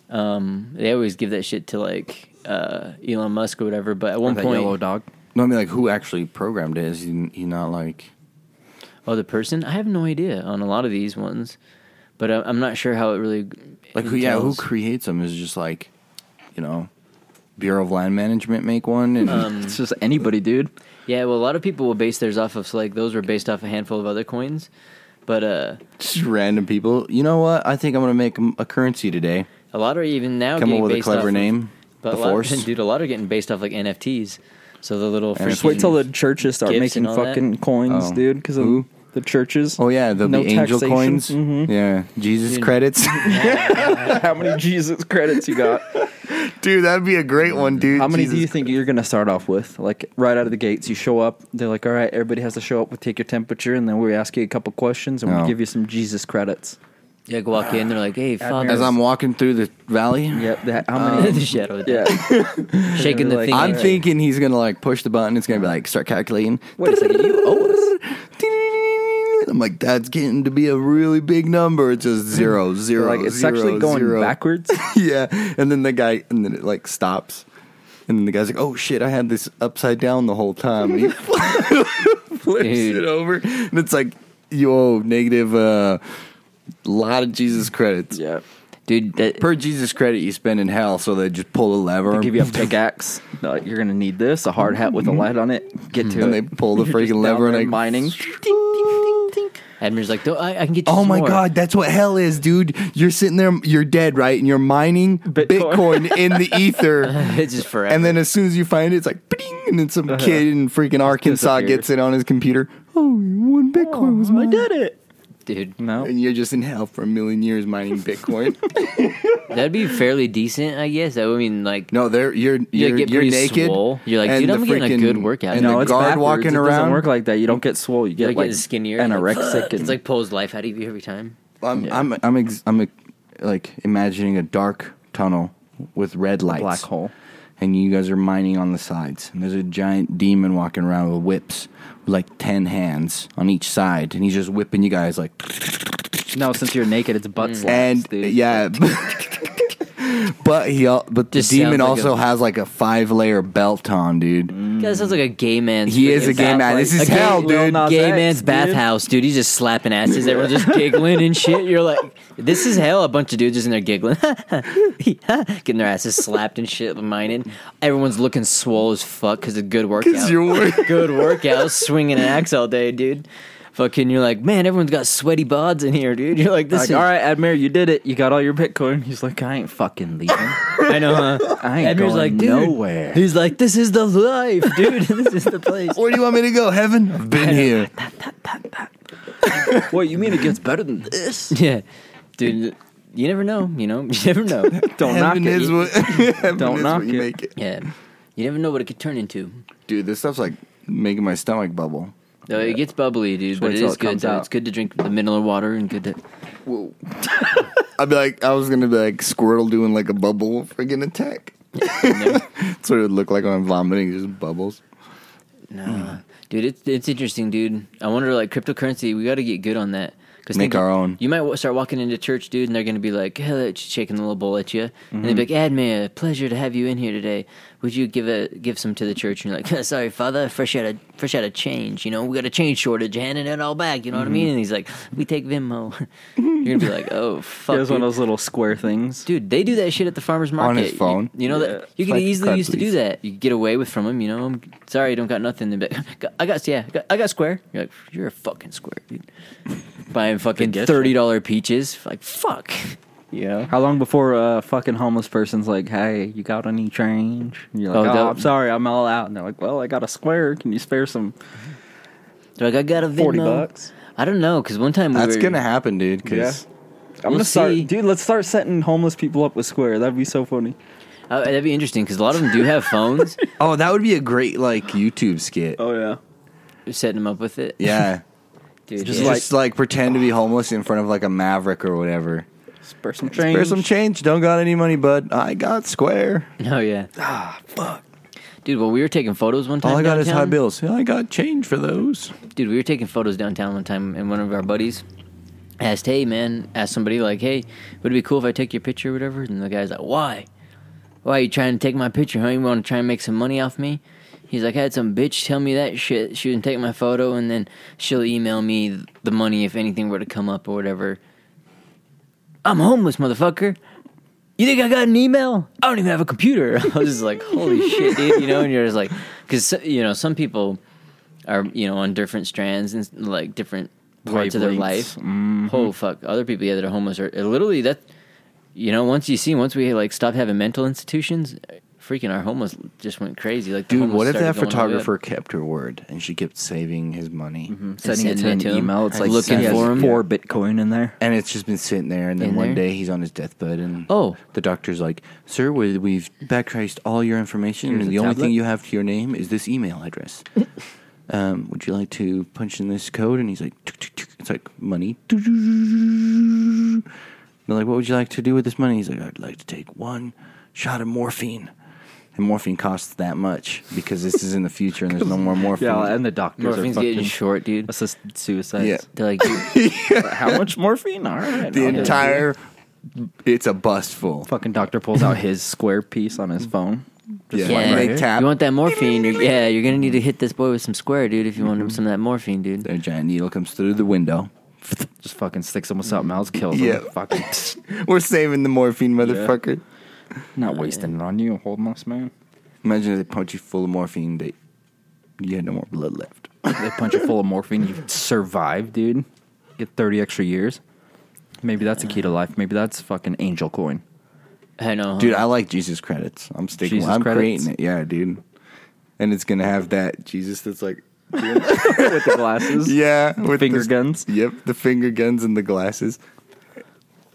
S5: um they always give that shit to like uh elon musk or whatever but at
S6: Or
S5: one
S6: that
S5: point
S6: yellow dog.
S3: No, I mean like who actually programmed it? Is he, he not like?
S5: Oh, the person? I have no idea on a lot of these ones, but I- I'm not sure how it really
S3: Like who? Yeah, who
S5: entails.
S3: creates them? Is it just like, you know, Bureau of Land Management make one, and
S5: Um,
S6: It's just anybody, dude.
S5: Yeah, well, a lot of people will base theirs off of so like those were based off a handful of other coins, but uh,
S3: just random people. You know what? I think I'm gonna make m- a currency today.
S5: a lot are even now
S3: Come
S5: getting
S3: up with a
S5: based
S3: clever
S5: off
S3: name.
S5: Of, but
S3: The
S5: a lot,
S3: Force.
S5: dude. A lot are getting based off like NFTs. So the little
S3: Just
S6: Just wait till the
S5: freaking-
S6: churches start
S5: Gifts
S6: making
S5: and all that?
S6: fucking coins,
S3: Oh.
S6: dude. Because of
S3: Who?
S6: the churches.
S3: Oh yeah, the
S6: No
S3: angel
S6: taxation. Mm-hmm.
S3: coins. Yeah, Jesus credits,
S6: How many Jesus credits you got?
S3: dude. That'd be a great one, dude.
S6: How many do
S3: Jesus
S6: you think you're gonna start off with? Like right out of the gates, you show up. They're like, "All right, everybody has to show up. We take your temperature, and then we ask you a couple questions, and
S3: No.
S6: we give you some Jesus credits."
S5: yeah, go walk in, they're like, "Hey, father,"
S3: As I'm walking through the valley,
S6: Yep. That, how many?
S5: the shadow,
S6: Um, yeah.
S5: shaking the
S6: Like,
S5: thing.
S3: I'm
S5: like,
S3: thinking he's gonna like push the button. It's gonna be like start calculating.
S6: Wait a second. You owe us.
S3: I'm like, that's getting to be a really big number. It's just zero, zero,
S6: Like it's
S3: zero,
S6: actually going
S3: zero.
S6: backwards.
S3: yeah, and then the guy, and then it like stops, and then the guy's like, "Oh shit, I had this upside down the whole time." And he flips
S5: Dude.
S3: it over, and it's like, "Yo, negative, uh, lot of Jesus credits."
S6: yeah.
S5: dude. That,
S3: Per Jesus credit you spend in hell, so they just pull a lever
S6: They
S3: and,
S6: give you a pickaxe. They're like, You're gonna need this. A hard hat with a light on it. Get to
S3: and
S6: it.
S3: they pull the
S6: You're just
S3: freaking
S6: down
S3: lever and
S6: there
S3: they
S6: mining.
S5: Admir's like, "Don't- I, I can get. You
S3: Oh
S5: some
S3: my
S5: more."
S3: god, that's what hell is, dude. You're sitting there, you're dead, right? And you're mining Bitcoin,
S6: Bitcoin.
S3: in the ether.
S5: It's just forever.
S3: and then as soon as you find it, it's like, "Bing," and then some
S5: Uh-huh.
S3: kid in freaking Arkansas
S6: Disappears.
S3: gets it on his computer. Oh, one Bitcoin was
S6: I
S3: mine.
S6: did it.
S5: dude,
S6: No,
S3: And you're just in hell for a million years mining Bitcoin.
S5: that'd be fairly decent, I guess. I mean, like,
S3: no, they're you're
S5: You
S3: you're,
S5: get
S3: you're
S5: pretty
S3: naked.
S5: swole. You're like,
S3: and
S5: dude,
S3: the
S5: I'm getting a good workout.
S3: And
S5: No,
S3: the
S6: it's
S3: guard
S6: backwards.
S3: walking
S6: it
S3: around.
S6: doesn't work like that. You don't get swole. You
S5: you're
S6: get like
S5: getting skinnier, You're like,
S6: anorexic. and,
S5: it's like pulls life out of you every time.
S3: I'm I'm I'm, ex- I'm ex- like imagining a dark tunnel with red lights,
S6: black hole.
S3: and you guys are mining on the sides. And there's a giant demon walking around with whips, with like ten hands on each side, and he's just whipping you guys like.
S6: no, since you're naked, it's butt slaps,
S3: Mm. and
S6: dude.
S3: yeah, but he al- but the
S5: Just sounds
S3: demon
S5: like
S3: also
S5: a-
S3: has like a five layer belt on, dude.
S6: Mm.
S5: Guy sounds like a gay man.
S3: Mm. He is a gay
S6: sounds
S3: man.
S6: like
S3: this is
S6: a gay
S3: hell,
S6: Lil
S3: dude.
S6: Nas
S5: Gay
S6: X,
S5: man's
S6: dude.
S5: bathhouse, dude. He's just slapping asses. Everyone's just giggling and shit. You're like, this is hell. A bunch of dudes just in there giggling, getting their asses slapped and shit, mining. Everyone's looking swole as fuck because of good workout.
S3: It's your word.
S5: good workout, swinging an axe all day, dude. Fucking, you're like, man, everyone's got sweaty bods in here, dude. You're like, this
S6: Like,
S5: is
S6: all right, Admir, you did it. You got all your Bitcoin. He's like, I ain't fucking leaving. I
S5: I know, huh?
S6: ain't
S5: Admir's
S6: going
S5: like, dude.
S6: nowhere.
S5: He's like, this is the life, dude. this is the place.
S3: Where do you want me to go? Heaven? I've been here.
S6: What you mean it gets better than this?
S5: Yeah, dude. You never know. You know, you never know.
S6: Don't knock
S3: Heaven
S6: it.
S3: is
S6: You-
S3: what. heaven
S6: Don't
S3: is
S6: knock
S3: what you
S6: it.
S3: make it.
S5: Yeah. You never know what it could turn into.
S3: Dude, this stuff's like making my stomach bubble.
S5: Though it gets bubbly, dude, but
S6: wait
S5: it
S6: till
S5: is
S6: it
S5: good.
S6: comes
S5: Though.
S6: out.
S5: It's good to drink the mineral water and good to.
S3: I'd be like, I was gonna be like Squirtle doing like a bubble friggin' attack. That's what it would look like when I'm vomiting, just bubbles.
S5: No, Hmm. dude, it's it's interesting, dude. I wonder, like cryptocurrency, we got to get good on that. Cause
S3: Make
S5: think-
S3: our own.
S5: You might wa- start walking into church, dude, and they're gonna be like, "Hello," sh- shaking the little bowl at you, and they'd be
S3: Mm-hmm.
S5: like, "Admir, pleasure to have you in here today. Would you give a give some to the church?" And you're like, "Sorry, Father, fresh out of fresh out of change. You know, we got a change shortage, handing it all back. You
S3: Mm-hmm.
S5: know what I mean?" And he's like, "We take Venmo." you're gonna be like, "Oh fuck."
S6: He has one
S5: dude."
S6: of those little square things.
S5: Dude, they do that shit at the farmer's market.
S3: his phone?
S5: You, you know
S6: Yeah.
S5: that you could
S3: Like,
S5: easily
S3: cut,
S5: used to
S3: please.
S5: do that. You could get away with from them. You know, I'm sorry, I don't got nothing. They'd be like, I got yeah, I got, I got square. You're like, you're a fucking square, dude. Buying fucking
S6: get you.
S5: thirty dollar peaches. Like fuck. Yeah.
S6: How long before a fucking homeless person's like, "Hey, you got any change?" And you're like,
S5: Oh,
S6: "Oh,
S5: that-
S6: I'm sorry, I'm all out." And they're like, "Well, I got a square. Can you spare some
S5: They're like I got a Venmo.
S6: forty bucks?"
S5: I don't know because one time we
S3: That's
S5: were,
S3: gonna happen, dude. Because
S5: We'll
S6: I'm gonna start,
S5: see.
S6: dude. Let's start setting homeless people up with square. That'd be so funny.
S5: Uh, that'd be interesting because a lot of them do have phones.
S3: oh, that would be a great like YouTube skit.
S6: Oh yeah.
S5: We're setting them up with it.
S3: Yeah,
S5: Dude,
S3: just
S5: yeah.
S3: like pretend to be homeless in front of like a Maverick or whatever.
S6: Spare some change.
S3: There's some change. Don't got any money, bud. I got square.
S5: oh yeah. Ah fuck. Dude, well, we were taking photos one time.
S3: All I got is high
S5: downtown.
S3: bills. I got change for those.
S5: dude, we were taking photos downtown one time, and one of our buddies asked, "Hey, man," asked somebody like, "Hey, would it be cool if I take your picture or whatever?" And the guy's like, "Why? Why are you trying to take my picture, huh? You want to try and make some money off me?" He's like, "I had some bitch tell me that shit. She would take my photo, and then she'll email me the money if anything were to come up or whatever." I'm homeless, motherfucker. You think I got an email? I don't even have a computer. I was just like, holy shit, dude. You know, and you're just like, because you know, some people are you know on different strands and like different parts of their
S6: Wavelengths.
S5: life. Oh fuck, other people yeah that are homeless are literally that. You know, once you see, once we like stopped having mental institutions, freaking our homeless just went crazy. Like, the
S3: Dude,
S5: homeless
S3: what if
S5: started going
S3: that
S5: all the way up.
S3: photographer kept her word and she kept saving his money?
S6: Sending it
S5: sending
S6: to
S5: it
S6: an
S5: to him.
S6: email. It's like
S5: Looking
S6: he has
S5: for 'em.
S6: four Bitcoin in there.
S3: And it's just been sitting there, and then
S5: In
S3: one
S5: there?
S3: day he's on his deathbed, and
S5: Oh.
S3: the doctor's like, "Sir, we- we've backtraced all your information,
S6: Here's
S3: and
S6: a
S3: the only
S6: tablet."
S3: thing you have to your name is this email address. um, would you like to punch in this code?" And he's like, "Tick, tick, tick." "It's like money." And They're like, "What would you like to do with this money?" He's like, "I'd like to take one shot of morphine." And morphine costs that much because this is in the future and there's no more morphine.
S6: Yeah, and the doctors
S5: Morphine's
S6: are fucking
S5: getting short, dude.
S6: assisted suicides.
S3: Yeah.
S5: They're like, "You-
S6: How much morphine? All right.
S3: the
S6: I'll do it.
S3: entire it's a bust full.
S6: fucking doctor pulls out his square piece on his phone.
S3: Yeah.
S5: yeah,
S3: Like, they tap.
S5: you want that morphine? You're, yeah,
S3: Mm-hmm.
S5: you're gonna need to hit this boy with some square, dude. If you want him some of that morphine, dude.
S3: Their giant needle comes through the window,
S6: just fucking sticks them with something else, kills them.
S3: Yeah.
S6: Fucking
S3: We're saving the morphine, motherfucker.
S6: not wasting it on you, holding us, man.
S3: Imagine if they punch you full of morphine, they you had no more blood left.
S6: They punch you full of morphine, you survive, dude. Get thirty extra years. Maybe that's a key to life. Maybe that's fucking angel coin.
S5: I know, huh?
S3: Dude, I like Jesus credits. I'm sticking.
S6: Jesus
S3: I'm
S6: credits?
S3: creating it. Yeah, dude. And it's gonna have that Jesus that's like,
S6: with the glasses.
S3: yeah, with
S6: Finger
S3: this-
S6: guns?
S3: Yep, the finger guns and the glasses.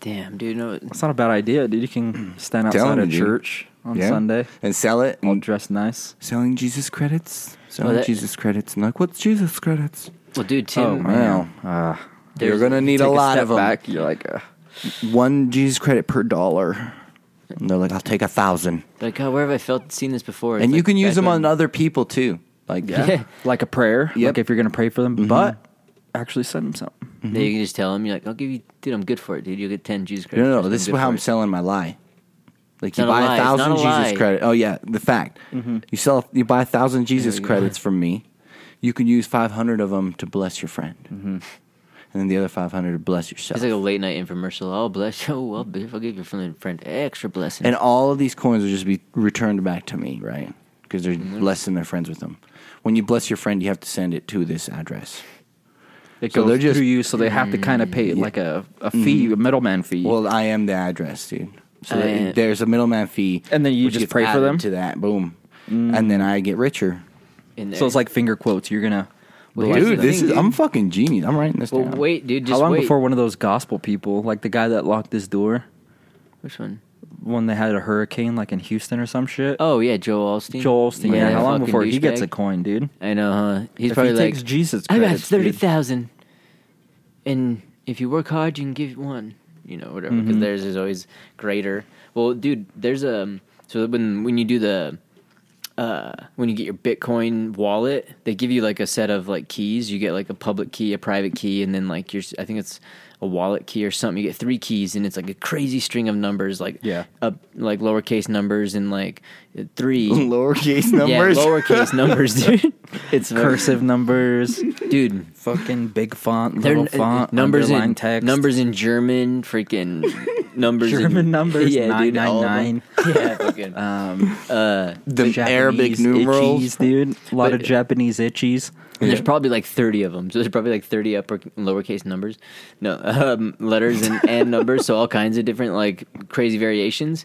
S5: Damn, dude, no,
S6: It's not a bad idea, dude. You can stand
S3: Mm. Telling
S6: outside a
S3: you, dude.
S6: church on
S3: yeah. Mm.
S6: Sunday,
S3: and sell it.
S6: all
S3: And
S6: dressed nice.
S3: selling Jesus credits. Selling
S5: that-
S3: Jesus credits. And like, what's Jesus credits?
S5: well, dude, Tim,
S6: Oh, man.
S3: Wow. You're
S5: There's-
S3: gonna need
S6: Take
S3: a lot
S6: step
S3: of them.
S6: Back, you're like, uh,
S3: One Jesus credit per dollar. And they're like, I'll take a thousand.
S5: like, God, where have I felt seen this before? It's
S3: and you
S5: like
S3: can use
S5: back
S3: them on
S5: when-
S3: other people too. Like,
S5: Yeah.
S6: like a prayer.
S3: Yep. Mm-hmm.
S6: Like if you're gonna pray for them, but actually send them something.
S5: Yeah, you can just tell him, you're like, I'll give you, dude, I'm good for it, dude. You'll get 10 Jesus credits.
S3: No, no,
S5: for
S3: this is
S5: good
S3: how
S5: for
S3: I'm
S5: it.
S3: selling my lie. Like
S5: It's
S3: you
S5: not a
S3: buy
S5: lie.
S3: a
S5: It's not
S3: thousand
S5: a
S3: Jesus
S5: lie. Mm-hmm.
S3: credit. Oh yeah, the fact you sell, you buy a thousand Jesus
S5: you go.
S3: credits from me. You can use five hundred of them to bless your friend, and then the other five hundred to bless yourself.
S5: Mm-hmm. It's like a late night infomercial. Oh, bless you. Oh, well, bitch, I'll give your friend, friend extra blessings.
S3: and all of these coins will just be returned back to me, right? Because they're
S5: Mm-hmm.
S3: blessing their friends with them. When you bless your friend, you have to send it to this address.
S6: It
S3: So
S6: goes
S3: they're just- Mm, Mm-hmm.
S6: through you, so they have to kind of pay like a, a fee, a middleman fee.
S3: Well, I am the address, dude. So
S5: I
S3: there-
S5: am-
S3: there's a middleman fee,
S6: And then you
S3: which
S6: just
S3: gets
S6: pray for
S3: added
S6: them? Mm.
S3: to that. Boom, and then I get richer.
S5: in
S6: so
S5: there.
S6: it's like finger quotes. You're gonna
S5: Well,
S6: Well,
S5: here's
S3: Dude,
S5: the
S3: this
S5: thing,
S3: is I'm fucking genius. I'm writing this
S5: Well,
S3: down.
S5: wait, dude, just
S6: how long
S5: wait.
S6: before one of those gospel people, like the guy that locked this door
S5: Which one?
S6: when they had a hurricane, like in Houston or some shit?
S5: Oh, yeah, Joel Olstein.
S6: Joel Osteen. Yeah,
S5: that
S6: how long
S5: fucking
S6: before he
S5: douchebag.
S6: gets a coin, dude?
S5: I know, huh? He's
S6: If
S5: probably
S6: he
S5: like,
S6: takes Jesus
S5: I got
S6: credits, dude.
S5: 30,000. And if you work hard, you can give one, you know, whatever, because
S6: Mm-hmm.
S5: theirs is always greater. Well, dude, there's a. So when, when you do the. Uh, when you get your Bitcoin wallet, they give you like a set of like keys. You get like a public key, a private key, and then like your I think it's a wallet key or something. You get three keys, and it's like a crazy string of numbers, like
S6: Yeah.
S5: up like lowercase numbers and like three
S3: lowercase numbers.
S5: yeah, lowercase numbers, dude.
S6: It's cursive numbers,
S5: dude.
S6: fucking big font,
S5: They're
S6: little font,
S5: numbers in
S6: underline text,
S5: numbers in German, freaking numbers. in,
S6: German numbers,
S5: dude, all of
S6: 999.
S5: them. Yeah, fucking.
S3: the Arabic
S6: Japanese
S3: numerals.
S6: itchies, dude. A lot
S5: But-
S6: of Japanese itchies.
S5: and There's probably like 30 of them. So there's probably like 30 upper lowercase numbers, no um, letters and, and numbers. So all kinds of different like crazy variations.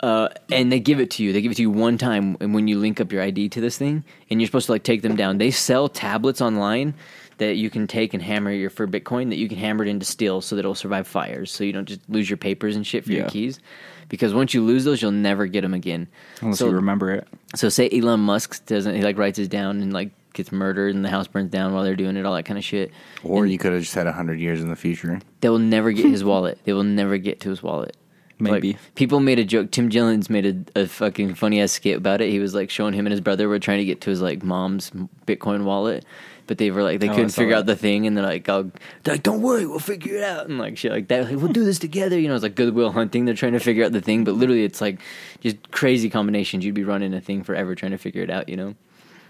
S5: Uh, and they give it to you. They give it to you one time, and when you link up your ID to this thing, and you're supposed to like take them down. They sell tablets online that you can take and hammer your for Bitcoin that you can hammer it into steel so that it'll survive fires. So you don't just lose your papers and shit for your
S6: Yeah.
S5: keys, because once you lose those, you'll never get them again.
S6: Unless
S5: So-
S6: you remember it.
S5: so say Elon Musk doesn't he like writes it down and like gets murdered and the house burns down while they're doing it, all that kind of shit.
S3: Or you could have just had hundred years in the future.
S5: They will never get his wallet. They will never get to his wallet.
S6: Maybe.
S5: Like, people made a joke. Tim Gillens made a, a fucking funny ass skit about it. He was like showing him and his brother were trying to get to his like mom's Bitcoin wallet, but they were like they
S6: Oh, I
S5: couldn't
S6: saw
S5: figure
S6: that.
S5: out the thing, and they're like, oh, they're like, "Don't worry, we'll figure it out," and like shit like that. Like, we'll do this together. You know, it's like Goodwill Hunting. They're trying to figure out the thing, but literally, it's like just crazy combinations. You'd be running a thing forever trying to figure it out. You know.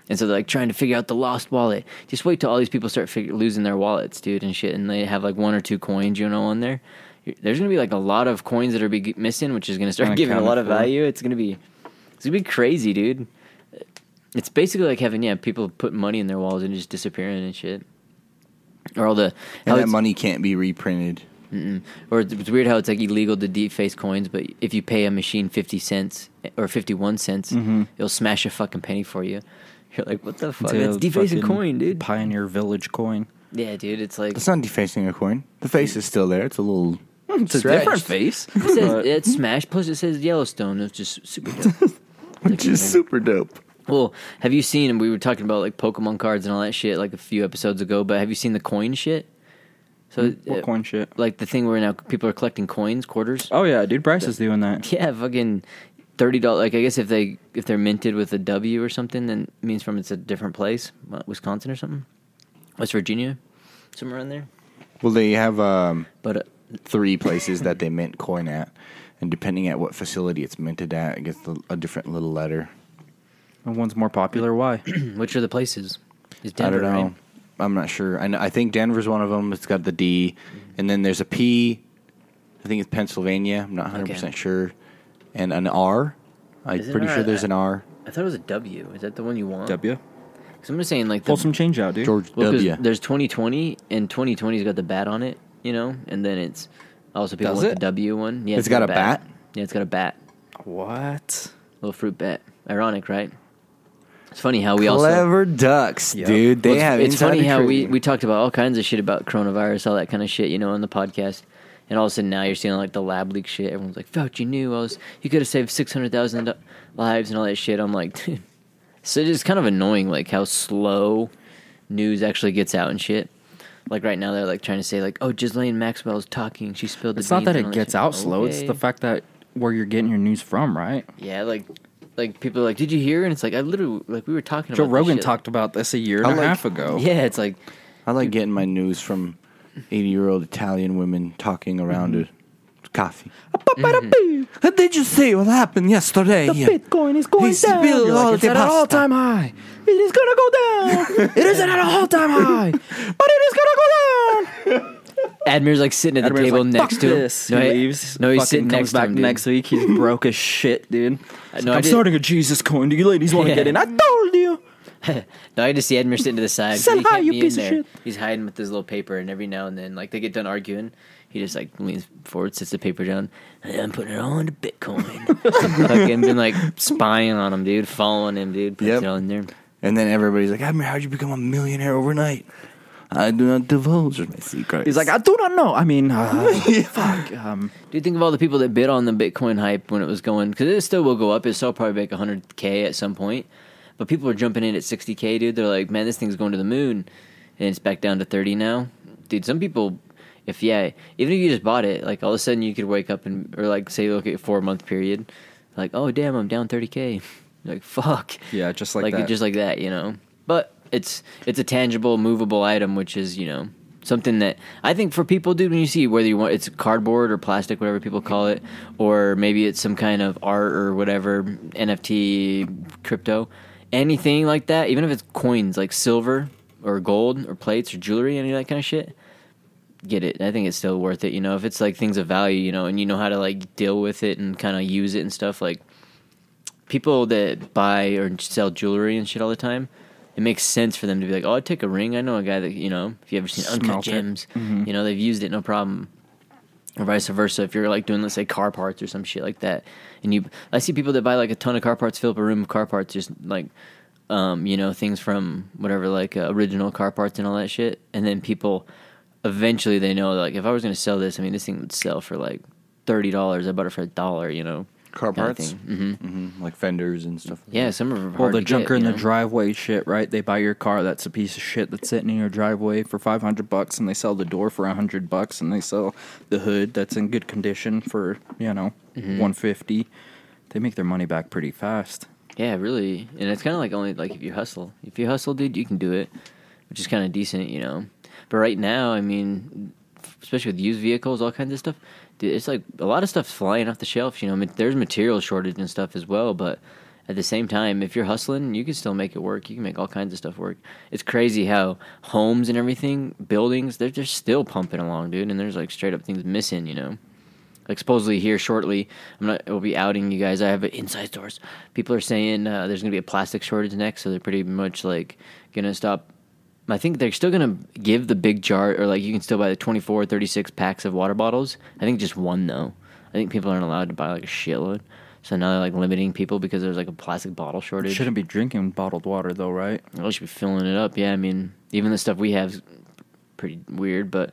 S5: And so they're like trying to figure out the lost wallet. Just wait till all these people start figure, losing their wallets, dude, and shit. And they have like one or two coins, you know, on there. There's gonna be like a lot of coins that are be missing, which is gonna start giving a lot of
S6: Unaccounted for.
S5: value. It's gonna be, it's gonna be crazy, dude. It's basically like having yeah, people put money in their wallets and just disappearing and shit. Or all the how
S3: And that
S5: it's-
S3: money can't be reprinted.
S5: or it's it's weird how it's like illegal to deface coins, but if you pay a machine fifty cents eh, or fifty one
S6: Mm-hmm.
S5: it'll smash a fucking penny for you. You're like, what the fuck?
S6: It's a
S5: That's defacing
S6: fucking
S5: coin, dude.
S6: Pioneer Village coin.
S5: Yeah, dude, it's like
S3: It's not defacing a coin. The face is still there. It's a little.
S6: It's a
S3: Stretched.
S6: different face.
S5: it says it's Smash. Plus, it says Yellowstone. It's just super dope.
S3: Which is super dope.
S5: well, have you seen? And we were talking about like Pokemon cards and all that shit like a few episodes ago. But have you seen the coin shit? So
S6: Hmm? What
S5: uh,
S6: coin shit?
S5: Like the thing where now people are collecting coins, quarters.
S6: Oh yeah, dude. Bryce is doing that.
S5: Yeah, fucking thirty dollars. Like I guess if they if they're minted with a W or something, then it means from it's a different place, What, Wisconsin or something, West Virginia, somewhere around there.
S3: Well, they have um,
S5: But uh,
S3: three places that they mint coin at, and depending at what facility it's minted at, it gets the, a different little letter.
S6: And one's more popular. Why?
S5: which are the places? Is
S3: I
S5: Denver
S3: don't know.
S5: right?
S3: I'm not sure. I, kn- I think Denver's one of them. It's got the D, and then there's a P. I think it's Pennsylvania. I'm not 100 percent
S5: Okay.
S3: sure, and an R. I'm
S5: Is it
S3: pretty
S5: R?
S3: sure there's an R.
S5: I thought it was a W. Is that the one you want?
S6: W.
S5: Because I'm just saying, like, the,
S6: Pull some change out, dude.
S3: George
S5: well, 'cause
S3: W.
S5: there's 2020, and 2020's got the bat on it, you know? And then it's also people
S6: Does
S5: want
S6: it?
S5: the W one. Yeah,
S3: It's got a bat?
S5: Yeah, it's got a bat.
S6: What?
S5: Little fruit bat. Ironic, right? It's funny how we also.
S3: Clever ducks,
S6: Yeah.
S3: dude. They
S5: Well, it's-
S3: have.
S5: It's
S3: inside
S5: funny how we,
S3: trading.
S5: we talked about all kinds of shit about coronavirus, all that kind of shit, you know, on the podcast. And all of a sudden now you're seeing like the lab leak shit. Everyone's like, Fauci knew I was. You could have saved six hundred thousand lives and all that shit. I'm like, dude. So it's kind of annoying, like how slow news actually gets out and shit. Like right now, they're like trying to say like, "Oh, Ghislaine Maxwell's talking. She spilled the."
S6: It's not that
S5: beans and
S6: it
S5: all
S6: gets
S5: shit."
S6: out slow. It's
S5: Okay.
S6: the fact that where you're getting your news from, right?
S5: Yeah, like, like people are like, "Did you hear?" And it's like, I literally like we were talking.
S6: Joe
S5: about this
S6: Rogan
S5: shit.
S6: talked about this a year and
S3: I
S6: a
S3: like-
S6: half ago.
S5: Yeah, it's like
S3: I like getting my news from 80 year old Italian women talking around
S5: Mm-hmm.
S3: a coffee. Did you see what happened yesterday? The
S6: Bitcoin is going
S3: He's down. spilled You're like, all it's the at an pasta. all-time
S6: high. It is gonna go down. it isn't at an all time high, but it is gonna go down.
S5: Admir's like sitting at the table next to him.
S6: No,
S5: he-
S6: he leaves.
S5: No,
S6: fucking
S5: he's sitting
S6: comes
S5: next
S6: back
S5: to him. dude.
S6: next week. He's broke as shit, dude.
S5: no, I
S6: I'm
S5: did-
S6: starting a Jesus coin. Do you ladies want to
S5: Yeah.
S6: get in? I told you.
S5: No, I just see Admir sitting to the side. 'cause
S6: Say
S5: he
S6: hi,
S5: can't
S6: you
S5: be
S6: piece
S5: in
S6: of
S5: there.
S6: shit.
S5: He's hiding with his little paper, and every now and then, like they get done arguing, he just like leans forward, sits the paper down, and I'm putting it all into Bitcoin. Fucking been like spying on him, dude, following him, dude. Puts
S3: Yep.
S5: it all in there.
S3: And then everybody's like, Admiral, how'd you become a millionaire overnight? I do not divulge my secrets.
S6: He's like, I do not know. I mean, uh, fuck. Um,
S5: Dude, think of all the people that bid on the Bitcoin hype when it was going because it still will go up. It'll still probably make 100k at some point, but people are jumping in at 60k, dude. They're like, man, this thing's going to the moon, and it's back down to 30 now, dude. Some people, if yeah, even if you just bought it, like all of a sudden you could wake up and or like say look at a four month period, like oh damn, I'm down 30k, like fuck,
S6: Yeah, just like
S5: like
S6: that.
S5: just like that, you know. But it's it's a tangible, movable item, which is you know something that I think for people, dude, when you see whether you want it's cardboard or plastic, whatever people call it, or maybe it's some kind of art or whatever NFT, crypto, anything like that. Even if it's coins like silver or gold or plates or jewelry, any of that kind of shit. Get it. I think it's still worth it. You know, if it's like things of value, you know, and you know how to like deal with it and kind of use it and stuff, like people that buy or sell jewelry and shit all the time, it makes sense for them to be like, "Oh, I'd take a ring." I know a guy that you know. If you ever seen Uncut
S6: Smelt it. Mm-hmm.
S5: Gems, you know they've used it no problem. Or vice versa. If you're like doing, let's say, car parts or some shit like that, and you, I see people that buy like a ton of car parts, fill up a room of car parts, just like, um, you know, things from whatever, like uh, original car parts and all that shit, and then people. Eventually, they know like if I was going to sell this, I mean, this thing would sell for like thirty dollars. I bought it for a dollar, you know.
S3: car
S5: kinda
S3: parts?
S5: thing.
S3: Mm-hmm. Like fenders and stuff.
S5: Yeah, some are hard
S6: Well, the
S5: to
S6: junker
S5: get,
S6: in
S5: you
S6: the
S5: know?
S6: driveway shit, right? They buy your car that's a piece of shit that's sitting in your driveway for 500 bucks and they sell the door for 100 bucks and they sell the hood that's in good condition for, you know,
S5: Mm-hmm.
S6: 150. They make their money back pretty fast.
S5: Yeah, really. And it's kind of like only like if you hustle. If you hustle, dude, you can do it, which is kind of decent, you know. But right now, I mean, especially with used vehicles, all kinds of stuff, dude, it's like a lot of stuff's flying off the shelves, you know. I mean, there's material shortage and stuff as well, but at the same time, if you're hustling, you can still make it work. You can make all kinds of stuff work. It's crazy how homes and everything, buildings, they're just still pumping along, dude, and there's like straight up things missing, you know like supposedly here shortly. I'm not. We'll be outing you guys. I have an inside source. People are saying uh, there's going to be a plastic shortage next, so they're pretty much like going to stop. I think they're still going to give the big jar, or like you can still buy the 24, 36 packs of water bottles. I think just one though. I think people aren't allowed to buy like a shitload. So now they're like limiting people because there's like a plastic bottle shortage.
S6: Shouldn't be drinking bottled water though, right?
S5: Well, should be filling it up. Yeah, I mean, even the stuff we have is pretty weird, but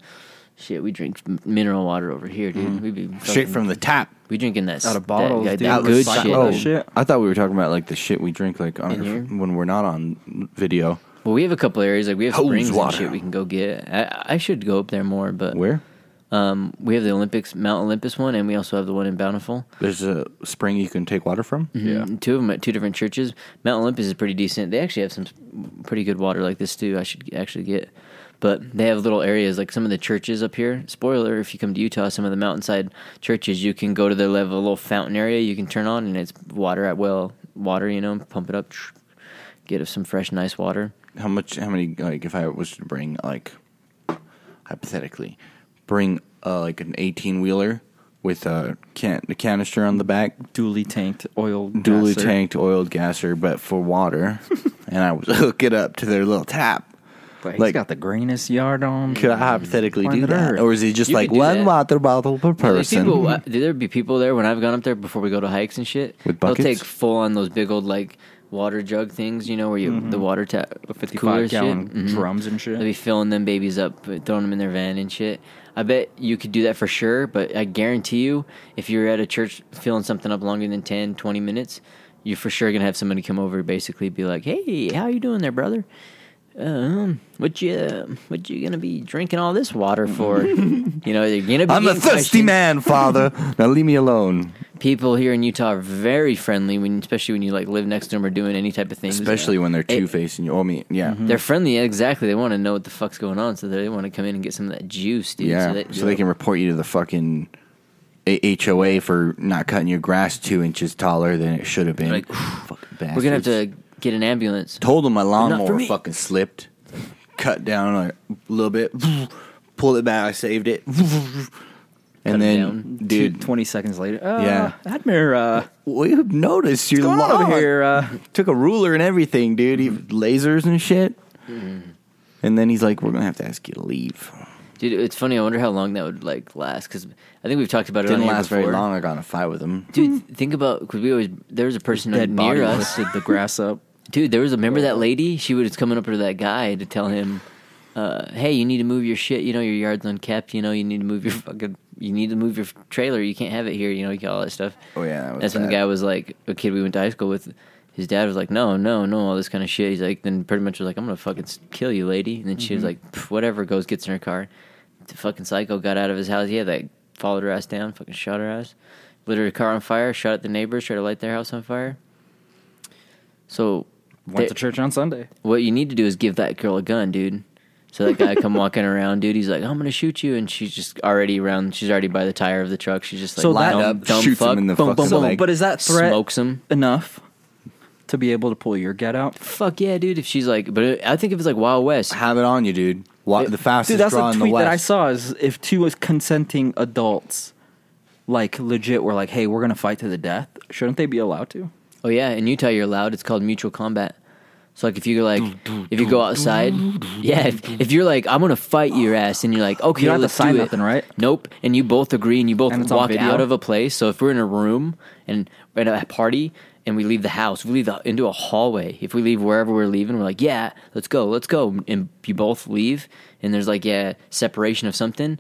S5: shit, we drink m- mineral water over here, dude. We be
S3: Mm-hmm. Straight
S5: fucking-
S3: from the tap.
S5: we drinking that
S6: Out of
S5: s- that-
S6: bottles,
S5: that,
S6: dude.
S5: that
S6: Out
S5: good
S6: recycled
S5: shit.
S6: Oh. shit.
S3: I thought we were talking about like the shit we drink like on
S5: In
S3: our,
S5: here?
S3: when we're not on video.
S5: Well, we have a couple areas like we have
S3: Hose
S5: springs
S3: water.
S5: and shit we can go get. I, I should go up there more, but
S3: Where?
S5: Um, we have the Olympics, Mount Olympus one, and we also have the one in Bountiful.
S3: There's a spring you can take water from.
S5: Yeah, two of them at two different churches. Mount Olympus is pretty decent. They actually have some s- pretty good water like this too. I should actually get, but they have little areas like some of the churches up here. Spoiler: if you come to Utah, some of the mountainside churches, you can go to their level little fountain area. You can turn on and it's water at well water. You know, pump it up. Get us some fresh, nice water.
S3: How much? How many? Like, if I was to bring, like, hypothetically, bring uh, like an eighteen wheeler with a can a canister on the back,
S6: Dually tanked oil.
S3: dually
S6: gasser.
S3: tanked oiled gasser, but for water, and I was hook it up to their little tap.
S6: But he's
S3: like-
S6: got the greenest yard on.
S3: Could I hypothetically
S6: Planet
S3: do that,
S6: Earth.
S3: or is it just
S5: You
S3: like
S5: could do
S3: one
S5: that.
S3: water bottle per
S5: There's
S3: person? Mm-hmm.
S5: people- uh, there be people there when I've gone up there before we go to hikes and shit.
S3: With buckets?
S5: They'll take full on those big old like water jug things, you know, where you
S3: Mm-hmm.
S5: the water tap,
S6: The 55
S5: cooler
S6: gallon
S5: shit. Mhm.
S6: drums and shit.
S5: They'll be filling them babies up, uh, throwing them in their van and shit. I bet you could do that for sure, but I guarantee you, if you're at a church filling something up longer than 10, 20 minutes, you're for sure gonna have somebody come over, basically be like, "Hey, how you doing there, brother? Um, what you what you gonna be drinking all this water for? you know, you're gonna be.
S3: I'm a
S5: getting
S3: thirsty
S5: questions
S3: man, Father. now leave me alone.
S5: people here in Utah are very friendly when, especially when you like live next to them or doing any type of thing.
S3: Especially when they're
S5: It-
S3: two facing you. Oh, I mean, yeah,
S5: they're friendly. yeah, Exactly, they want to know what the fuck's going on, so they want to come in and get some of that juice, dude.
S3: yeah. So
S5: they,
S3: they, can report you to the fucking A- HOA for not cutting your grass two inches taller than it should have been.
S5: Like,
S3: fucking bastards.
S5: We're gonna have to get an ambulance.
S3: Told them my
S5: for
S3: lawnmower
S5: me.
S3: fucking slipped, cut down a little bit, pulled it back. I saved it, and then
S5: down.
S6: Two-
S3: dude,
S6: 20 seconds later. Uh,
S3: Yeah.
S6: Admir, uh,
S3: we've noticed your
S6: going on
S3: lawn
S6: over here. Uh,
S3: took a ruler and everything, dude. He lasers and shit. Mm-hmm. And then he's like, "We're gonna have to ask you to leave."
S5: Dude, it's funny. I wonder how long that would like last because I think we've talked about it. on
S3: Didn't
S5: here
S3: last
S5: before.
S3: very long. I got in a fight with him.
S5: dude. Think about because we always there was a person
S6: dead body
S5: near us.
S6: lifted the grass up.
S5: Dude, there was a remember that lady. She was coming up to that guy to tell him, uh, "Hey, you need to move your shit. You know your yard's unkept. You know you need to move your fucking. You need to move your trailer. You can't have it here. You know you got all that stuff."
S3: Oh, yeah, that was
S5: that's when
S3: bad.
S5: the guy was like a kid we went to high school with. His dad was like, "No, no, no, all this kind of shit." He's like, then pretty much was like, "I'm gonna fucking s- kill you, lady." And then she
S3: Mm-hmm.
S5: was like, "Pff, "Whatever." Goes gets in her car. The fucking psycho got out of his house. Yeah, that followed her ass down. Fucking shot her ass. Lit her car on fire. Shot at the neighbors. Tried to light their house on fire. So
S6: Went
S5: they-
S6: to church on Sunday.
S5: what you need to do is give that girl a gun, dude. So that guy come walking around, dude. He's like, "I'm gonna shoot you," and she's just already around. She's already by the tire of the truck. She's just like,
S6: So
S5: "Line
S6: that-
S5: up, dumb
S3: shoots him
S5: fuck,
S3: in the
S5: boom, boom,
S3: fucking
S5: boom."
S3: leg.
S6: But is that threat
S5: Smokes him.
S6: enough to be able to pull your get out?
S5: Fuck yeah, dude. If she's like, but it, I think if it's like Wild West,
S3: Have it on you, dude. Wa- the fastest
S6: Dude, that's
S3: draw
S6: a
S3: in
S6: tweet
S3: the west.
S6: that I saw. Is if two is consenting adults, like legit, were like, "Hey, we're gonna fight to the death." Shouldn't they be allowed to?
S5: oh yeah, in Utah you're allowed. It's called mutual combat. So like if you're like if you go outside, yeah, if, if you're like I'm gonna fight your ass, and you're like okay,
S6: You don't have
S5: let's
S6: to sign
S5: do it.
S6: nothing, right?
S5: Nope. And you both agree, and you both
S6: And it's on
S5: walk
S6: video?
S5: out of a place. So if we're in a room and we're at a party, and we leave the house, we leave the, into a hallway. If we leave wherever we're leaving, we're like, yeah, let's go, let's go, and you both leave, and there's like yeah separation of something.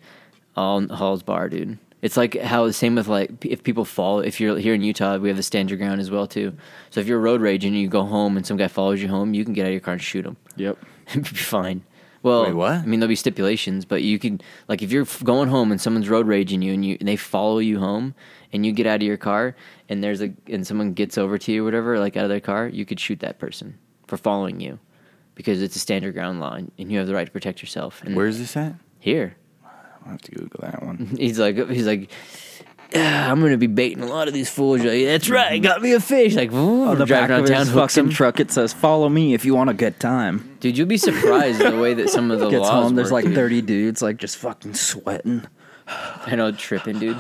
S5: All halls bar, dude. It's like how the same with like p- if people fall. If you're here in Utah, we have the stand your ground as well too. So if you're road raging and you go home and some guy follows you home, you can get out of your car and shoot him.
S6: Yep.
S5: It'd be fine. Well,
S3: Wait, what?
S5: I mean, there'll be stipulations, but you could like if you're f- going home and someone's road raging you, and you and they follow you home, and you get out of your car, and there's a and someone gets over to you or whatever, like out of their car, you could shoot that person for following you, because it's a standard ground law, and, and you have the right to protect yourself. And
S3: Where's this at?
S5: here?
S3: I'll have to Google that one.
S5: He's like, he's like. "Ah, I'm gonna be baiting a lot of these fools. You're Like, That's right, got me a fish. Like,
S6: On Oh, the back
S5: driving around
S6: of
S5: town,
S6: his
S5: hooks
S6: fucking
S5: him.
S6: truck, it says, "Follow me if you want a good time."
S5: Dude, you'll be surprised the way that some of the
S6: Gets
S5: laws
S6: home, there's
S5: work,
S6: like
S5: dude.
S6: thirty dudes, like just fucking sweating.
S5: I know, tripping, dude.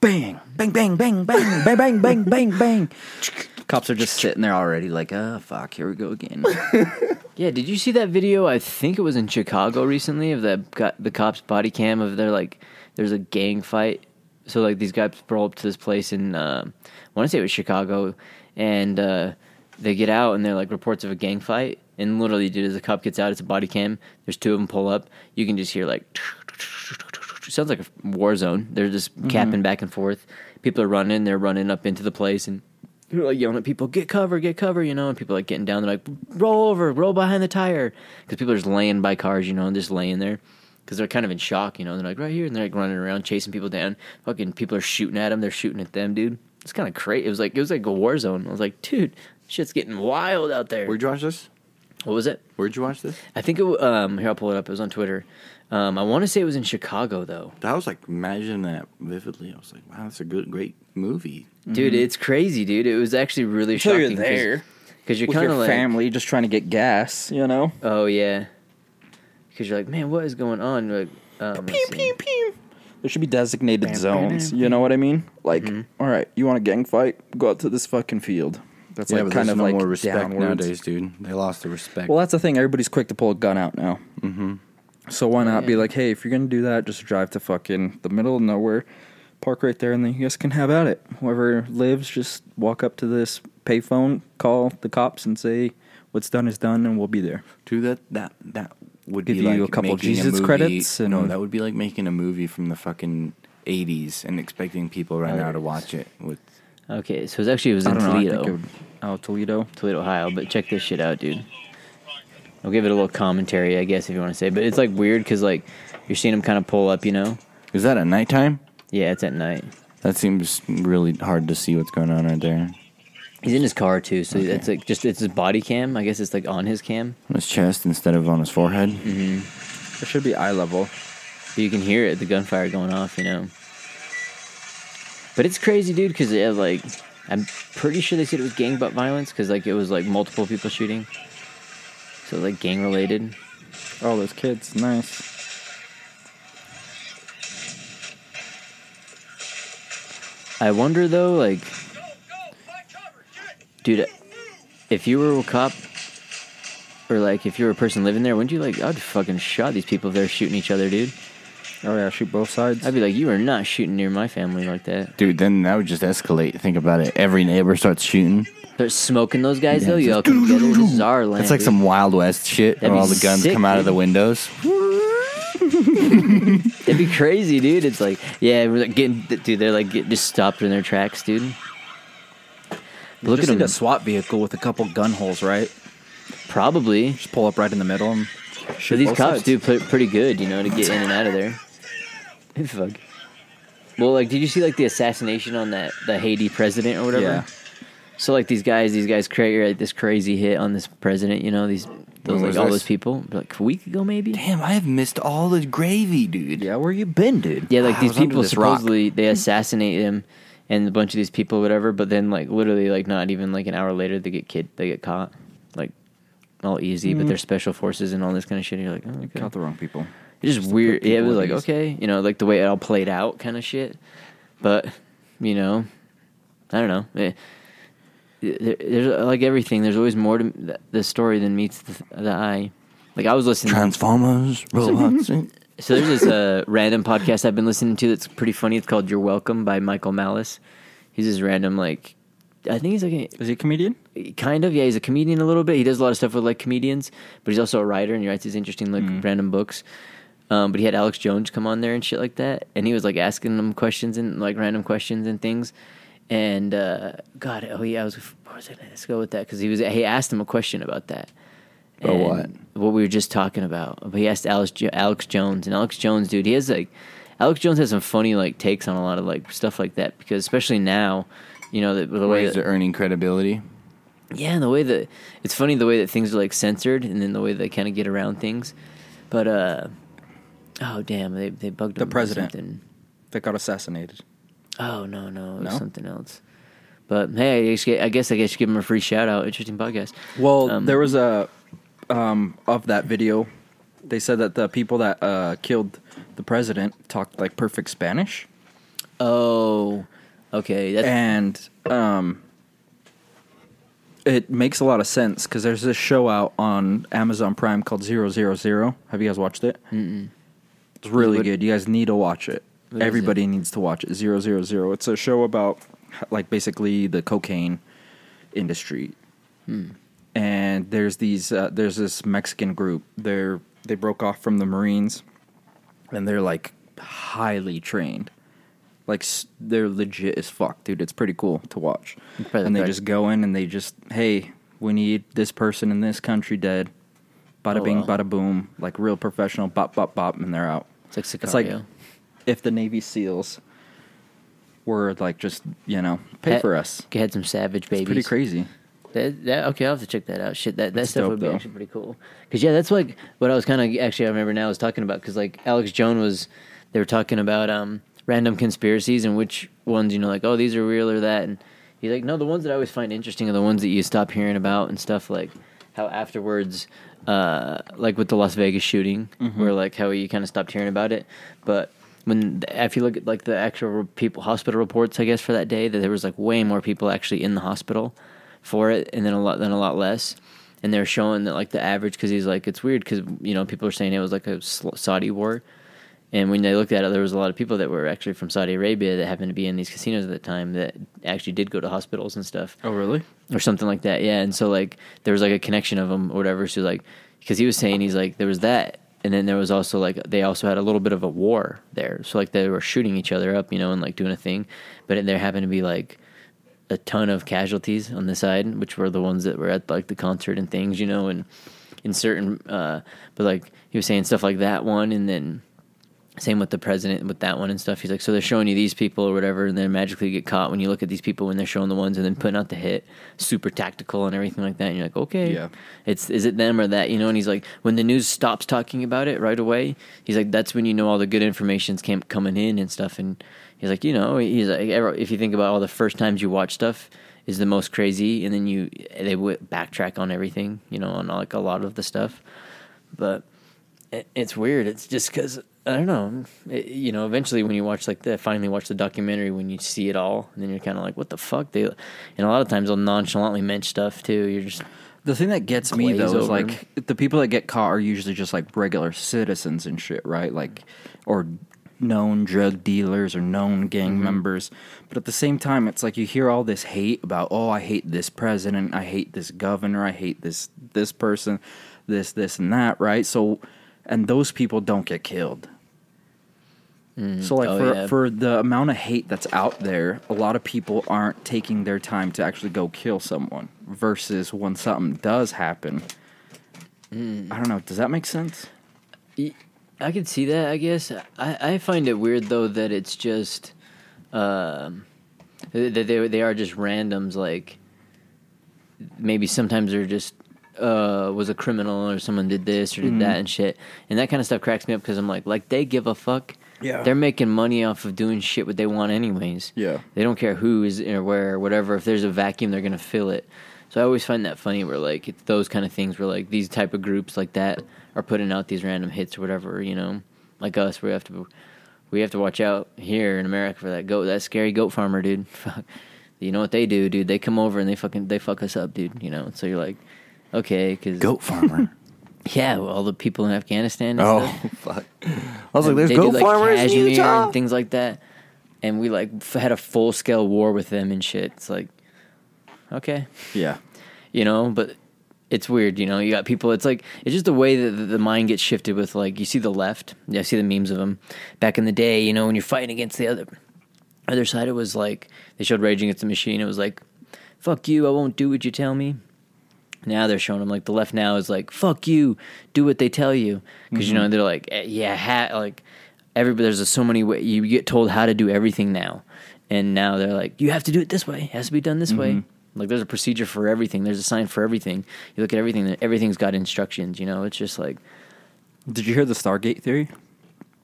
S6: Bang, bang, bang, bang, bang, bang, bang, bang, bang, bang. Cops are just sitting there already, like, "Oh fuck, here we go again."
S5: Yeah, did you see that video? I think it was in Chicago recently of that got the cops body cam of their like there's a gang fight. So like these guys roll up to this place in uh, I want to say it was Chicago, and uh, they get out and they're like reports of a gang fight. And literally, dude, as the cop gets out, it's a body cam. There's two of them pull up. You can just hear like sounds like a war zone. They're just capping back and forth. People are running. They're running up into the place and they're like yelling at people, "Get cover, get cover!" You know, and people are like getting down. They're like, "Roll over, roll behind the tire," because people are just laying by cars, you know, and just laying there because they're kind of in shock, you know. They're like right here, and they're like running around chasing people down. Fucking people are shooting at them. They're shooting at them, dude. It's kind of crazy. It was like it was like a war zone. I was like, dude, shit's getting wild out there.
S3: Where'd you watch this?
S5: What was it?
S3: Where'd you watch this?
S5: I think it. w- Um, here I'll pull it up. It was on Twitter. Um, I want to say it was in Chicago though.
S3: I was like, imagine that vividly. I was like, wow, that's a good, great movie.
S6: Mm-hmm.
S5: Dude, it's crazy, dude. It was actually really shocking. 'cause- because you're
S6: with
S5: kind
S6: your
S5: of like
S6: family just trying to get gas, you know?
S5: Oh yeah, because you're like, man, what is going on? You're like, um,
S6: Pew, pew, pew. There should be designated zones. You know what I mean? Like, all right, you want a gang fight? Go out to this fucking field. That's
S3: yeah,
S6: like
S3: but
S6: kind
S3: there's
S6: of
S3: no
S6: like
S3: more respect
S6: downwards.
S3: nowadays, dude. They lost the respect.
S6: Well, that's the thing. Everybody's quick to pull a gun out now. Mm-hmm. So why not be
S5: Yeah.
S6: like, hey, if you're gonna do that, just drive to fucking the middle of nowhere, park right there, and then you guys can have at it. Whoever lives, just walk up to this payphone, call the cops, and say what's done is done, and we'll be there.
S3: dude, that that that would
S6: Give
S3: be
S6: you
S3: like
S6: a couple
S3: making
S6: Jesus
S3: movie-
S6: credits and-
S3: no, that would be like making a movie from the fucking '80s and expecting people right now to watch it with
S5: okay, so it was actually it was
S6: I
S5: in
S6: don't know. I
S5: Toledo,
S6: think it would- oh, Toledo.
S5: Toledo, Ohio. But check this shit out, dude. I'll give it a little commentary, I guess, if you want to say. But it's like weird because like you're seeing them kind of pull up, you know?
S3: Is that at nighttime?
S5: Yeah, it's at night.
S3: That seems really hard to see what's going on right there.
S5: He's in his car too, so it's like just it's his body cam. I guess it's like on his cam,
S3: On his chest instead of on his forehead.
S6: It should be eye level.
S5: but you can hear it, the gunfire going off, you know. But it's crazy, dude, because like I'm pretty sure they said it was gang butt violence because like it was like multiple people shooting, so like gang related.
S6: Oh, those kids, nice.
S5: I wonder though, like, dude, if you were a cop, or like if you were a person living there, wouldn't you like? I'd fucking shot these people if they're shooting each other, dude.
S6: Oh yeah, shoot both sides.
S5: I'd be like, you are not shooting near my family like that.
S3: Dude, then that would just escalate. Think about it. Every neighbor starts shooting.
S5: They're smoking those guys
S3: Yeah,
S5: though. You
S3: just
S5: all come together. This is our land.
S3: That's like
S5: dude.
S3: some Wild West shit
S5: That'd
S3: where
S5: be
S3: all the guns
S5: sick,
S3: come out of
S5: dude.
S3: the windows.
S5: That'd be crazy, dude. It's like, yeah, we're like getting, dude. They're like get, just stopped in their tracks, dude. Look
S6: just
S5: at
S6: need
S5: them.
S6: a SWAT vehicle with a couple gun holes, right?
S5: Probably.
S6: Just pull up right in the middle and
S5: But
S6: shoot
S5: these
S6: both
S5: cops
S6: sides.
S5: do put pretty good, you know, to get in and out of there. Fuck. Well, like, did you see like the assassination on that the Haiti president or whatever?
S6: Yeah.
S5: So like these guys, these guys create like, this crazy hit on this president, you know, these those like
S3: was
S5: all
S3: this?
S5: those people like a week ago maybe.
S3: Damn, I have missed all the gravy, dude.
S6: Yeah, where you been, dude? Ah,
S5: Yeah, like
S3: I
S5: these
S3: was under
S5: people
S3: this rock.
S5: supposedly they assassinate him and a bunch of these people, whatever. But then like literally like not even like an hour later they get kid they get caught like all easy. But they're special forces and all this kind of shit. You're like, oh, okay.
S6: Got the wrong people.
S5: It's just weird. Yeah, it
S6: people
S5: was like
S6: at ease.
S5: okay, you know, like the way it all played out, kind of shit. But you know, I don't know. Eh, there- there's like everything. There's always more to th- the story than meets the, the eye. Like I was listening.
S3: Transformers, robots.
S5: so there's this uh, random podcast I've been listening to that's pretty funny. It's called "You're Welcome" by Michael Malice. He's this random like, I think he's like a-
S6: Is he a comedian?
S5: kind of yeah he's a comedian a little bit he does a lot of stuff with like comedians but he's also a writer and he writes these interesting like random books um, but he had alex jones come on there and shit like that and he was like asking them questions and like random questions and things and uh, god oh yeah i was what was i gonna let's go with that because he was he asked him a question about that
S3: About
S5: and
S3: what?
S5: what we were just talking about but he asked alex, Jo- alex jones and alex jones dude he has like alex jones has some funny like takes on a lot of like stuff like that because especially now you know the, the way
S3: Ways
S5: that,
S3: to earning credibility.
S5: yeah, and the way that it's funny the way that things are like censored, and then the way they kind of get around things. But uh, oh damn, they they bugged
S6: The
S5: him about
S6: president.
S5: something.
S6: That got assassinated.
S5: Oh no, no, it was
S6: No?
S5: something else. But hey, I guess I guess I should give him a free shout out. Interesting podcast.
S6: Well,
S5: Um,
S6: there was a um, of that video. They said that the people that uh, killed the president talked like perfect Spanish,
S5: oh, okay, that's
S6: and um, it makes a lot of sense because there's this show out on Amazon Prime called Zero Zero Zero. Have you guys watched it? Mm-mm. It's really
S5: What-
S6: good. You guys need to watch it.
S5: What is
S6: Everybody needs to watch it. Zero Zero Zero. It's a show about like basically the cocaine industry
S5: Hmm.
S6: and there's these uh, there's this Mexican group. They're they broke off from the Marines, and they're like highly trained. Like s- they're legit as fuck, dude. It's pretty cool to watch.
S5: probably
S6: and they
S5: right.
S6: just go in and they just hey, we need this person in this country dead. Bada
S5: Oh,
S6: bing,
S5: wow.
S6: bada boom. Like real professional. Bop, bop, bop, and they're out.
S5: it's like Sicario.
S6: It's like if the Navy SEAls were like just you know pay
S5: Had-
S6: for us.
S5: had some savage babies.
S6: It's pretty crazy.
S5: That, that okay, I'll have to check that out. Shit, that, that
S6: That's
S5: stuff
S6: dope,
S5: would be
S6: though.
S5: actually pretty cool. Because yeah, that's like what I was kind of actually I remember now I was talking about because like Alex Jones was they were talking about um random conspiracies and which ones you know like oh these are real or that and He's like, no, the ones that I always find interesting are the ones that you stop hearing about and stuff like how afterwards, uh, like with the Las Vegas shooting, where like how you kind of stopped hearing about it, but. When if you look at like the actual people hospital reports, I guess for that day that there was like way more people actually in the hospital for it, and then a lot then a lot less, and they're showing that like the average because he's like it's weird because you know people are saying it was like a Sl- Saudi war, and when they looked at it, there was a lot of people that were actually from Saudi Arabia that happened to be in these casinos at the time that actually did go to hospitals and stuff
S6: Oh, really?
S5: or something like that. Yeah, and so like there was like a connection of them or whatever. So like because he was saying he's like there was that, and then there was also like they also had a little bit of a war there. So like they were shooting each other up, you know, and like doing a thing, but there happened to be like a ton of casualties on the side, which were the ones that were at like the concert and things, you know, and in certain. uh But like he was saying stuff like that one, and then. Same with the president with that one and stuff. He's like, so they're showing you these people or whatever, and then magically get caught when you look at these people when they're showing the ones and then putting out the hit, super tactical and everything like that. And you're like, okay,
S6: Yeah.
S5: it's is it them or that, you know? And he's like, when the news stops talking about it right away, he's like, that's when you know all the good information's came coming in and stuff. And he's like, you know, he's like, ever- if you think about all the first times you watch stuff is the most crazy, and then you they w- backtrack on everything, you know, on like a lot of the stuff, but it, it's weird. It's just because I don't know. It, you know, eventually when you watch like the finally watch the documentary, when you see it all, and then you're kind of like, what the fuck? They and a lot of times they'll nonchalantly mention stuff too. You're just
S6: The thing that gets me
S5: Glaze
S6: though is
S5: over
S6: like the people that get caught are usually just like regular citizens and shit, right? Like, or known drug dealers or known gang
S5: Mm-hmm.
S6: members. But at the same time, it's like you hear all this hate about, oh, I hate this president, I hate this governor, I hate this this person, this this and that, right? So, and those people don't get killed. So like
S5: Oh,
S6: for
S5: yeah.
S6: for the amount of hate that's out there, a lot of people aren't taking their time to actually go kill someone. Versus when something does happen,
S5: Hmm.
S6: I don't know. Does that make sense?
S5: I could see that. I guess I, I find it weird though that it's just um, that they, they they are just randoms. Like maybe sometimes they're just uh, was a criminal or someone did this or
S6: Mm-hmm.
S5: did that and shit, and that kind of stuff cracks me up because I'm like, like they give a fuck.
S6: Yeah.
S5: they're making money off of doing shit what they want anyways.
S6: Yeah.
S5: they don't care who is in or where or whatever. If there's a vacuum, they're gonna fill it. So I always find that funny where like it's those kind of things where like these type of groups like that are putting out these random hits or whatever, you know, like us, we have to we have to watch out here in America for that goat, that scary goat farmer, dude. Fuck, you know what they do, dude? They come over and they fucking they fuck us up, dude. You know, so you're like, okay, because
S3: Goat farmer.
S5: yeah, well, all the people in Afghanistan. And
S3: oh,
S5: stuff,
S3: fuck. I was like,
S5: and
S3: there's
S5: they
S3: goat
S5: do, like,
S3: farmers in
S5: cashmere
S3: Utah.
S5: and things like that. And we like f- had a full scale war with them and shit. It's like, okay,
S6: Yeah.
S5: you know, but it's weird, you know. You got people. It's like it's just the way that the- the mind gets shifted with like you see the left. Yeah, I see the memes of them back in the day. You know, when you're fighting against the other other side, it was like they showed Rage Against the Machine. It was like, fuck you, I won't do what you tell me. Now they're showing them like the left now is like fuck you, do what they tell you because
S6: Mm-hmm.
S5: you know they're like eh, yeah ha like everybody there's so many way you get told how to do everything now, and now they're like you have to do it this way, it has to be done this way.
S6: Mm-hmm.
S5: Like there's a procedure for everything, there's a sign for everything. You look at everything, everything's got instructions. You know, it's just like
S6: Did you hear the Stargate theory?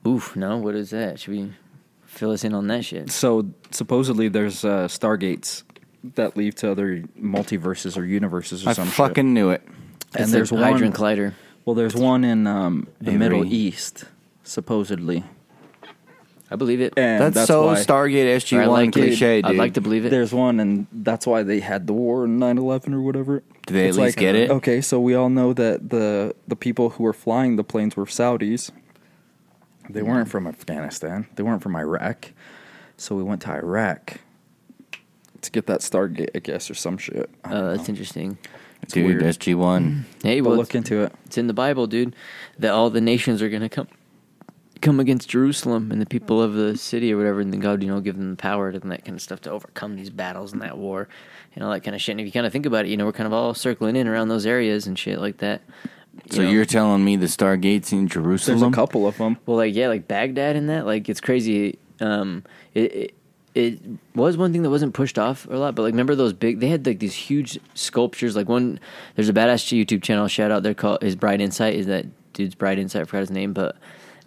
S5: oof, no, what is that? Should we fill us in on that shit?
S6: So supposedly there's uh, Stargates that lead to other multiverses or universes or
S3: I
S6: some shit.
S3: fucking knew it.
S5: It's
S6: and there's
S5: the
S6: one.
S5: Hydra and Collider.
S6: Well, there's one in um, the
S3: Avery.
S6: Middle East, supposedly.
S5: I believe it.
S6: And
S3: That's,
S6: that's,
S3: so
S6: why-
S3: Stargate
S5: Or I
S3: SG-1
S5: like it.
S3: cliche, dude.
S5: I'd like to believe it.
S6: There's one, and that's why they had the war in 9-11 or whatever.
S3: Did they at least get it?
S6: Okay, so we all know that the the people who were flying the planes were Saudis. They weren't from Afghanistan. They weren't from Iraq. So we went to Iraq to get that Stargate, I guess, or some shit. I don't
S5: Uh,
S6: know.
S5: that's interesting.
S3: Dude,
S6: weird.
S3: SG-1.
S5: Hey,
S6: But
S5: well,
S6: look
S5: it's,
S6: into it.
S5: it's in the Bible, dude, that all the nations are going to come come against Jerusalem and the people of the city or whatever, and then God, you know, give them the power and that kind of stuff to overcome these battles and that war and all that kind of shit. And if you kind of think about it, you know, we're kind of all circling in around those areas and shit like that.
S3: So
S5: know?
S3: you're telling me the Stargate's in
S6: There's
S3: Jerusalem?
S6: a couple of them.
S5: Well, like yeah, like Baghdad and that, like it's crazy. Um, it, it it was one thing that wasn't pushed off a lot, but like remember those big? They had like these huge sculptures. Like one, there's a badass YouTube channel. Shout out, they're called his Bright Insight. Is that dude's Bright Insight? I forgot his name, but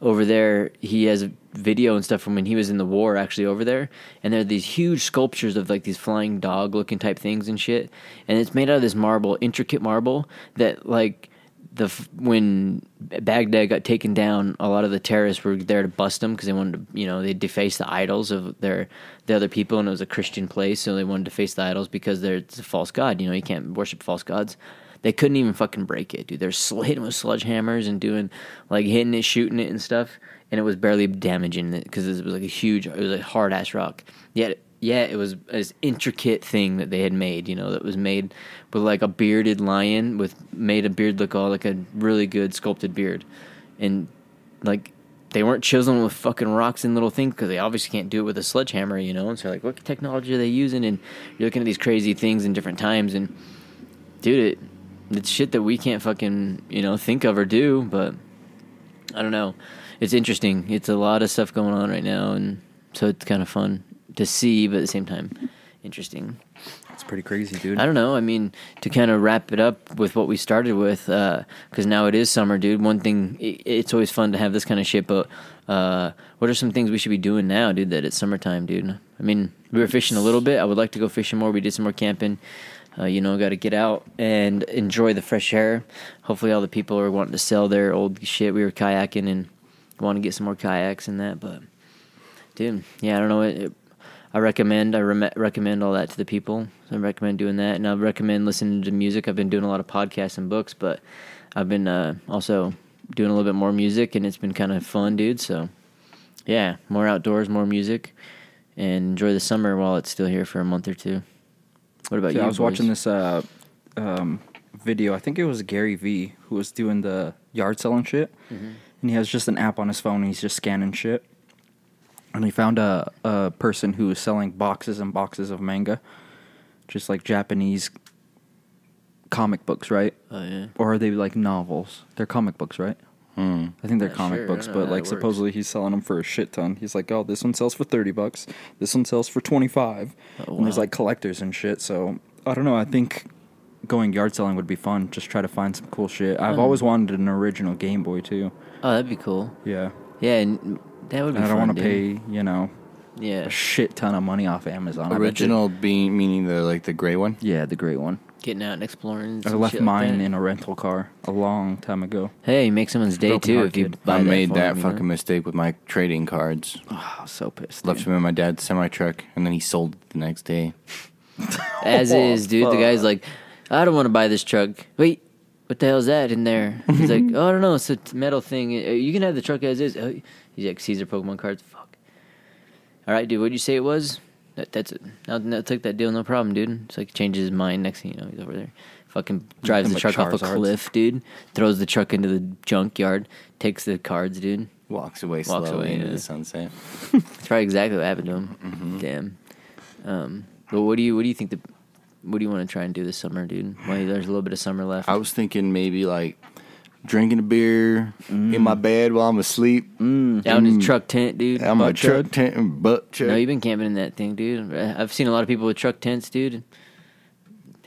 S5: over there he has video and stuff from when he was in the war actually over there and there are these huge sculptures of like these flying dog looking type things and shit and it's made out of this marble intricate marble that like the f- when Baghdad got taken down, a lot of the terrorists were there to bust them because they wanted to, you know, they defaced the idols of their the other people, and it was a Christian place, so they wanted to face the idols because they're it's a false god. You know, you can't worship false gods. They couldn't even fucking break it, dude. They're sl- hitting with sledgehammers and doing like hitting it, shooting it, and stuff, and it was barely damaging it because it was like a huge, it was a hard ass rock. Yet yeah, it was this intricate thing that they had made, you know, that was made with like a bearded lion with made a beard look all like a really good sculpted beard. And like they weren't chiseling with fucking rocks and little things because they obviously can't do it with a sledgehammer, you know. And so like what technology are they using? And you're looking at these crazy things in different times and dude, it it's shit that we can't fucking, you know, think of or do, but I don't know. It's interesting. It's a lot of stuff going on right now and so it's kind of fun to see, but at the same time, interesting.
S6: It's pretty crazy, dude.
S5: I don't know. I mean, to kind of wrap it up with what we started with, because now it is summer, dude. One thing, it, it's always fun to have this kind of shit, but uh, what are some things we should be doing now, dude, that it's summertime, dude? I mean, we were fishing a little bit. I would like to go fishing more. We did some more camping. Uh, you know, got to get out and enjoy the fresh air. Hopefully, all the people are wanting to sell their old shit. We were kayaking and want to get some more kayaks and that, but dude, yeah, I don't know. It, it, I recommend I re- recommend all that to the people. I recommend doing that, and I recommend listening to music. I've been doing a lot of podcasts and books, but I've been uh, also doing a little bit more music, and it's been kind of fun, dude. So, yeah, more outdoors, more music, and enjoy the summer while it's still here for a month or two. What about
S6: So
S5: you?
S6: I was
S5: boys?
S6: watching this uh, um, video. I think it was Gary V who was doing the yard selling shit,
S5: Mm-hmm.
S6: and he has just an app on his phone. and He's just scanning shit, and he found a, a person who was selling boxes and boxes of manga, just like Japanese comic books, right?
S5: Oh, yeah.
S6: Or are they like novels? They're comic books, right? I think they're
S5: Not
S6: comic
S5: sure. I
S6: books,
S5: don't know
S6: but
S5: how
S6: like
S5: that works.
S6: supposedly he's selling them for a shit ton. He's like, oh, this one sells for thirty bucks. This one sells for twenty five.
S5: Oh,
S6: And there's
S5: wow.
S6: like collectors and shit. So I don't know. I think going yard selling would be fun. Just try to find some cool shit.
S5: Hmm.
S6: I've always wanted an original Game Boy too.
S5: Oh, that'd be cool.
S6: Yeah,
S5: Yeah, and that would be.
S6: and I don't
S5: want to
S6: pay you know
S5: Yeah,
S6: a shit ton of money off Amazon. I bet you-
S3: Original being meaning the like the gray one.
S6: Yeah, the great one.
S5: getting out and exploring.
S6: I
S5: some
S6: left
S5: shit like
S6: mine
S5: that.
S6: in a rental car a long time ago.
S5: Hey, you make someone's day
S6: Broken
S5: too
S6: heart,
S5: if you.
S6: dude.
S5: Buy
S3: I made
S5: for
S3: that
S5: them, you know?
S3: fucking mistake with my trading cards.
S6: Oh, I was so pissed.
S3: Left
S6: dude.
S3: them in my dad's semi truck, and then he sold it the next day.
S5: As
S6: Oh,
S5: is, dude. The guy's like, I don't want to buy this truck. Wait, what the hell's that in there? He's like, oh, I don't know. It's a metal thing. Uh, You can have the truck as is. Oh, He's like, Caesar Pokemon cards. Fuck. All right, dude. What'd you say it was? That, that's it. I'll, I'll take that deal. No problem, dude. It's like he changes his mind. Next thing you know, he's over there. Fucking drives the
S6: like
S5: truck off a
S6: Charizards.
S5: cliff, dude. Throws the truck into the junkyard. Takes the cards, dude.
S3: Walks away
S5: Walks
S3: slowly
S5: away,
S3: into
S5: yeah.
S3: the sunset.
S5: That's probably exactly what happened to him.
S3: Mm-hmm.
S5: Damn. Um, but what do you what do you think the what do you want to try and do this summer, dude? Well, there's a little bit of summer left.
S3: I was thinking maybe like drinking a beer in my bed while I'm asleep.
S5: Down in his truck tent, dude.
S3: I'm a
S5: Mm. Butt
S3: truck tent and butt chuck.
S5: No, you've been camping in that thing, dude. I've seen a lot of people with truck tents, dude.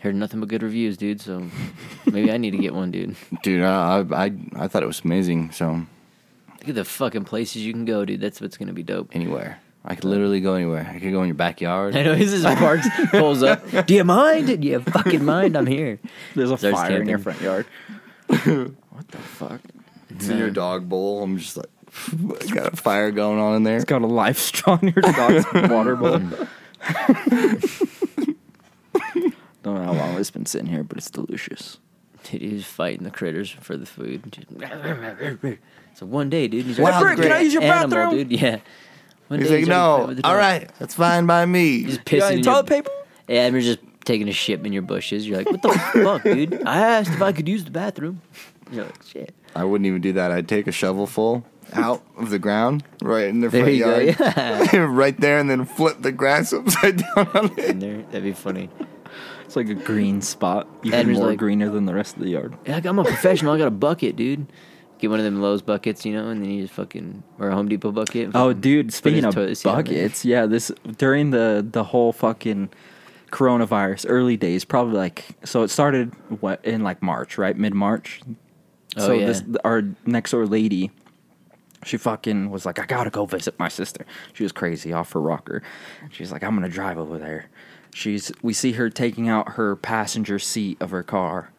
S5: Heard nothing but good reviews, dude. So maybe I need to get one, dude.
S3: Dude, I, I I I thought it was amazing. So
S5: Look at the fucking places you can go, dude. That's what's gonna be dope.
S3: anywhere, I could literally go anywhere. I could go in your backyard.
S5: I know his is parks pulls up. Do you mind? Do you fucking mind? I'm here.
S6: There's a
S5: There's
S6: fire in your
S5: camping.
S6: front yard. what the fuck?
S3: It's in your dog bowl. I'm just like, got a fire going on in there.
S6: It's got a life straw in your dog's water bowl. Don't know how long it's been sitting here, but it's delicious.
S5: Dude, he's fighting the critters for the food. Dude. So one day, dude, he's
S3: Wow, Hey, Brick, can I
S5: great
S3: use your
S5: animal,
S3: bathroom?
S5: dude. Yeah. One
S3: He's
S5: day already fighting
S3: like, no,
S5: with the
S3: all
S5: dog.
S3: right, that's fine by me.
S5: He's pissing in your,
S6: paper?
S5: Yeah, and you're just taking a shit in your bushes. You're like, what the fuck, dude? I asked if I could use the bathroom. You're like, shit.
S3: I wouldn't even do that. I'd take a shovelful out of the ground, right in their
S5: There
S3: front
S5: you go,
S3: yard, right there, and then flip the grass upside down on it.
S5: And there, that'd be funny.
S6: It's like a green spot, even
S5: Adam's
S6: more
S5: like-
S6: greener than the rest of the yard.
S5: Yeah, like, I'm a professional. I got a bucket, dude. Get one of them Lowe's buckets, you know, and then you just fucking or a Home Depot bucket. and
S6: Oh,
S5: fucking
S6: dude!
S5: put
S6: Speaking
S5: his
S6: of
S5: toilet seat on it.
S6: buckets, yeah, this during the the whole fucking coronavirus early days, probably like so it started what in like March, right? Mid March.
S5: Oh,
S6: so
S5: yeah.
S6: this our next door lady she fucking was like, I gotta go visit my sister. She was crazy off her rocker. She's like, I'm gonna drive over there. She's we see her taking out her passenger seat of her car,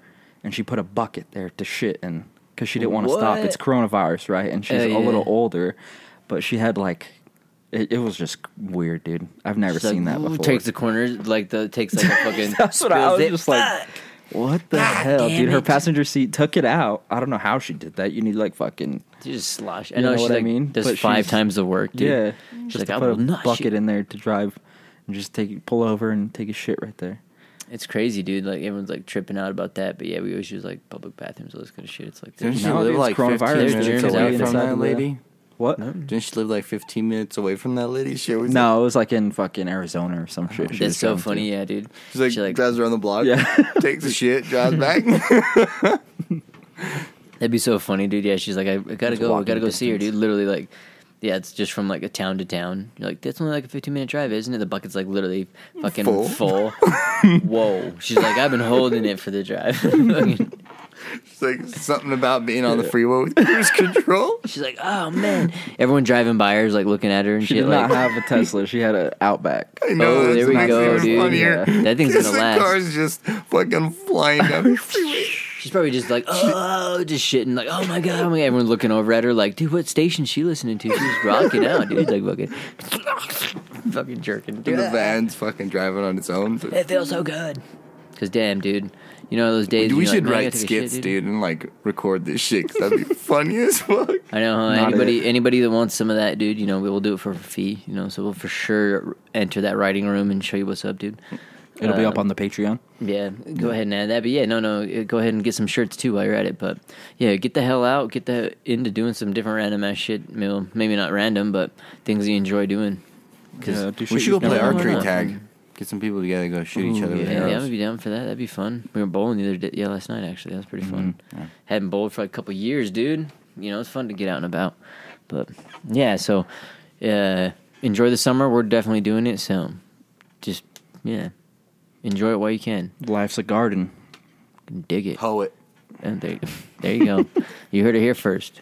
S6: and she put a bucket there to shit in because she didn't want to stop.
S5: What?
S6: It's coronavirus, right? And she's
S5: Oh,
S6: a little
S5: yeah.
S6: older, but she had like, it, it was just weird, dude. I've never
S5: Just
S6: seen
S5: like,
S6: that
S5: ooh,
S6: before.
S5: Takes the corner, like the takes like a fucking.
S6: That's what I
S5: spills
S6: was
S5: it.
S6: just like. What the hell, dude? Her passenger seat took it out. I don't know how she did that. You need like fucking
S5: You just slosh. I
S6: You
S5: know,
S6: know
S5: she's
S6: what I
S5: like,
S6: mean?
S5: Does
S6: But
S5: five
S6: she's-
S5: times the work, dude.
S6: yeah,
S5: She's
S6: just
S5: like,
S6: to
S5: I
S6: put a
S5: will not
S6: bucket
S5: shit.
S6: in there to drive, and just take pull over and take a shit right there.
S5: It's crazy, dude. Like everyone's like tripping out about that, but yeah, we always use like public bathrooms, all this kind of shit. It's like
S3: Didn't she
S6: No,
S3: live
S6: dude, it's
S3: like 15
S6: coronavirus.
S3: minutes
S5: Germs
S3: away
S5: out
S3: from
S6: there.
S3: that lady?
S6: What?
S3: Didn't she live like 15 minutes away from that lady? She always
S6: No, it was like in fucking Arizona or some shit. she
S5: that's
S6: was
S5: so
S6: going to.
S5: funny, yeah, dude.
S3: She's like,
S5: She, like,
S3: drives around the block,
S6: Yeah.
S3: takes a shit, drives back.
S5: That'd be so funny, dude. Yeah, she's like, I, I gotta
S6: Just
S5: go, I
S6: walking
S5: gotta go see her,
S6: distance.
S5: dude. Literally, like, yeah, it's just from like a town to town. You're like, that's only like a 15 minute drive, isn't it? The bucket's like literally fucking
S3: Full.
S5: full. Whoa, she's like, I've been holding it for the drive. Fucking-
S3: It's like something about being on the freeway with cruise control.
S5: she's like, oh man, everyone driving by her is like looking at her and
S6: She
S5: shit.
S6: did not
S5: Like,
S6: have a Tesla. She had an Outback.
S3: I know
S5: Oh,
S3: that's
S5: there we
S3: not
S5: go,
S3: even
S5: dude.
S3: funnier.
S5: Yeah. That thing's
S3: 'Cause
S5: gonna
S3: the
S5: last. Oh,
S3: car's just fucking flying down the freeway.
S5: she's probably just like, oh, just shitting, like, oh my god, oh my god. Everyone looking over at her, like, dude, what station she listening to? She's rocking out, dude. Like, fucking, fucking jerking, dude.
S3: And the van's fucking driving on its own.
S5: It feels so good. Cause damn, dude, you know those days.
S3: Dude, we
S5: you're like,
S3: should
S5: "Man, I
S3: write
S5: gotta take a
S3: skits,
S5: shit,
S3: dude, and like record this shit because that'd be funny as fuck.
S5: I know. Huh?
S6: Not
S5: Anybody, anybody that wants some of that, dude, you know, we will do it for a fee. You know, so we'll for sure enter that writing room and show you what's up, dude.
S6: It'll be up on the Patreon.
S5: Yeah, go ahead and add that. But yeah, no, no, uh, go ahead and get some shirts too while you're at it. But yeah, get the hell out, get the into doing some different random ass shit. You know, Maybe not random, but things you enjoy doing. Cause
S6: Yeah, do
S3: We
S6: shit
S3: should
S6: you
S3: go play
S6: don't wanna
S3: archery
S5: no.
S6: do.
S3: tag. Get some people together, go shoot each other with
S5: Yeah, yeah, I would
S3: arrows.
S5: be down for that. That'd be fun. We were bowling the other day, yeah, last night actually. That was pretty fun. Hadn't bowled for like a couple years, dude. You know, it's fun to get out and about. But yeah, so uh, enjoy the summer. We're definitely doing it. So just yeah, enjoy it while you can.
S6: Life's a garden.
S5: Dig it.
S3: Poet.
S5: And there, there you go. you heard it here first.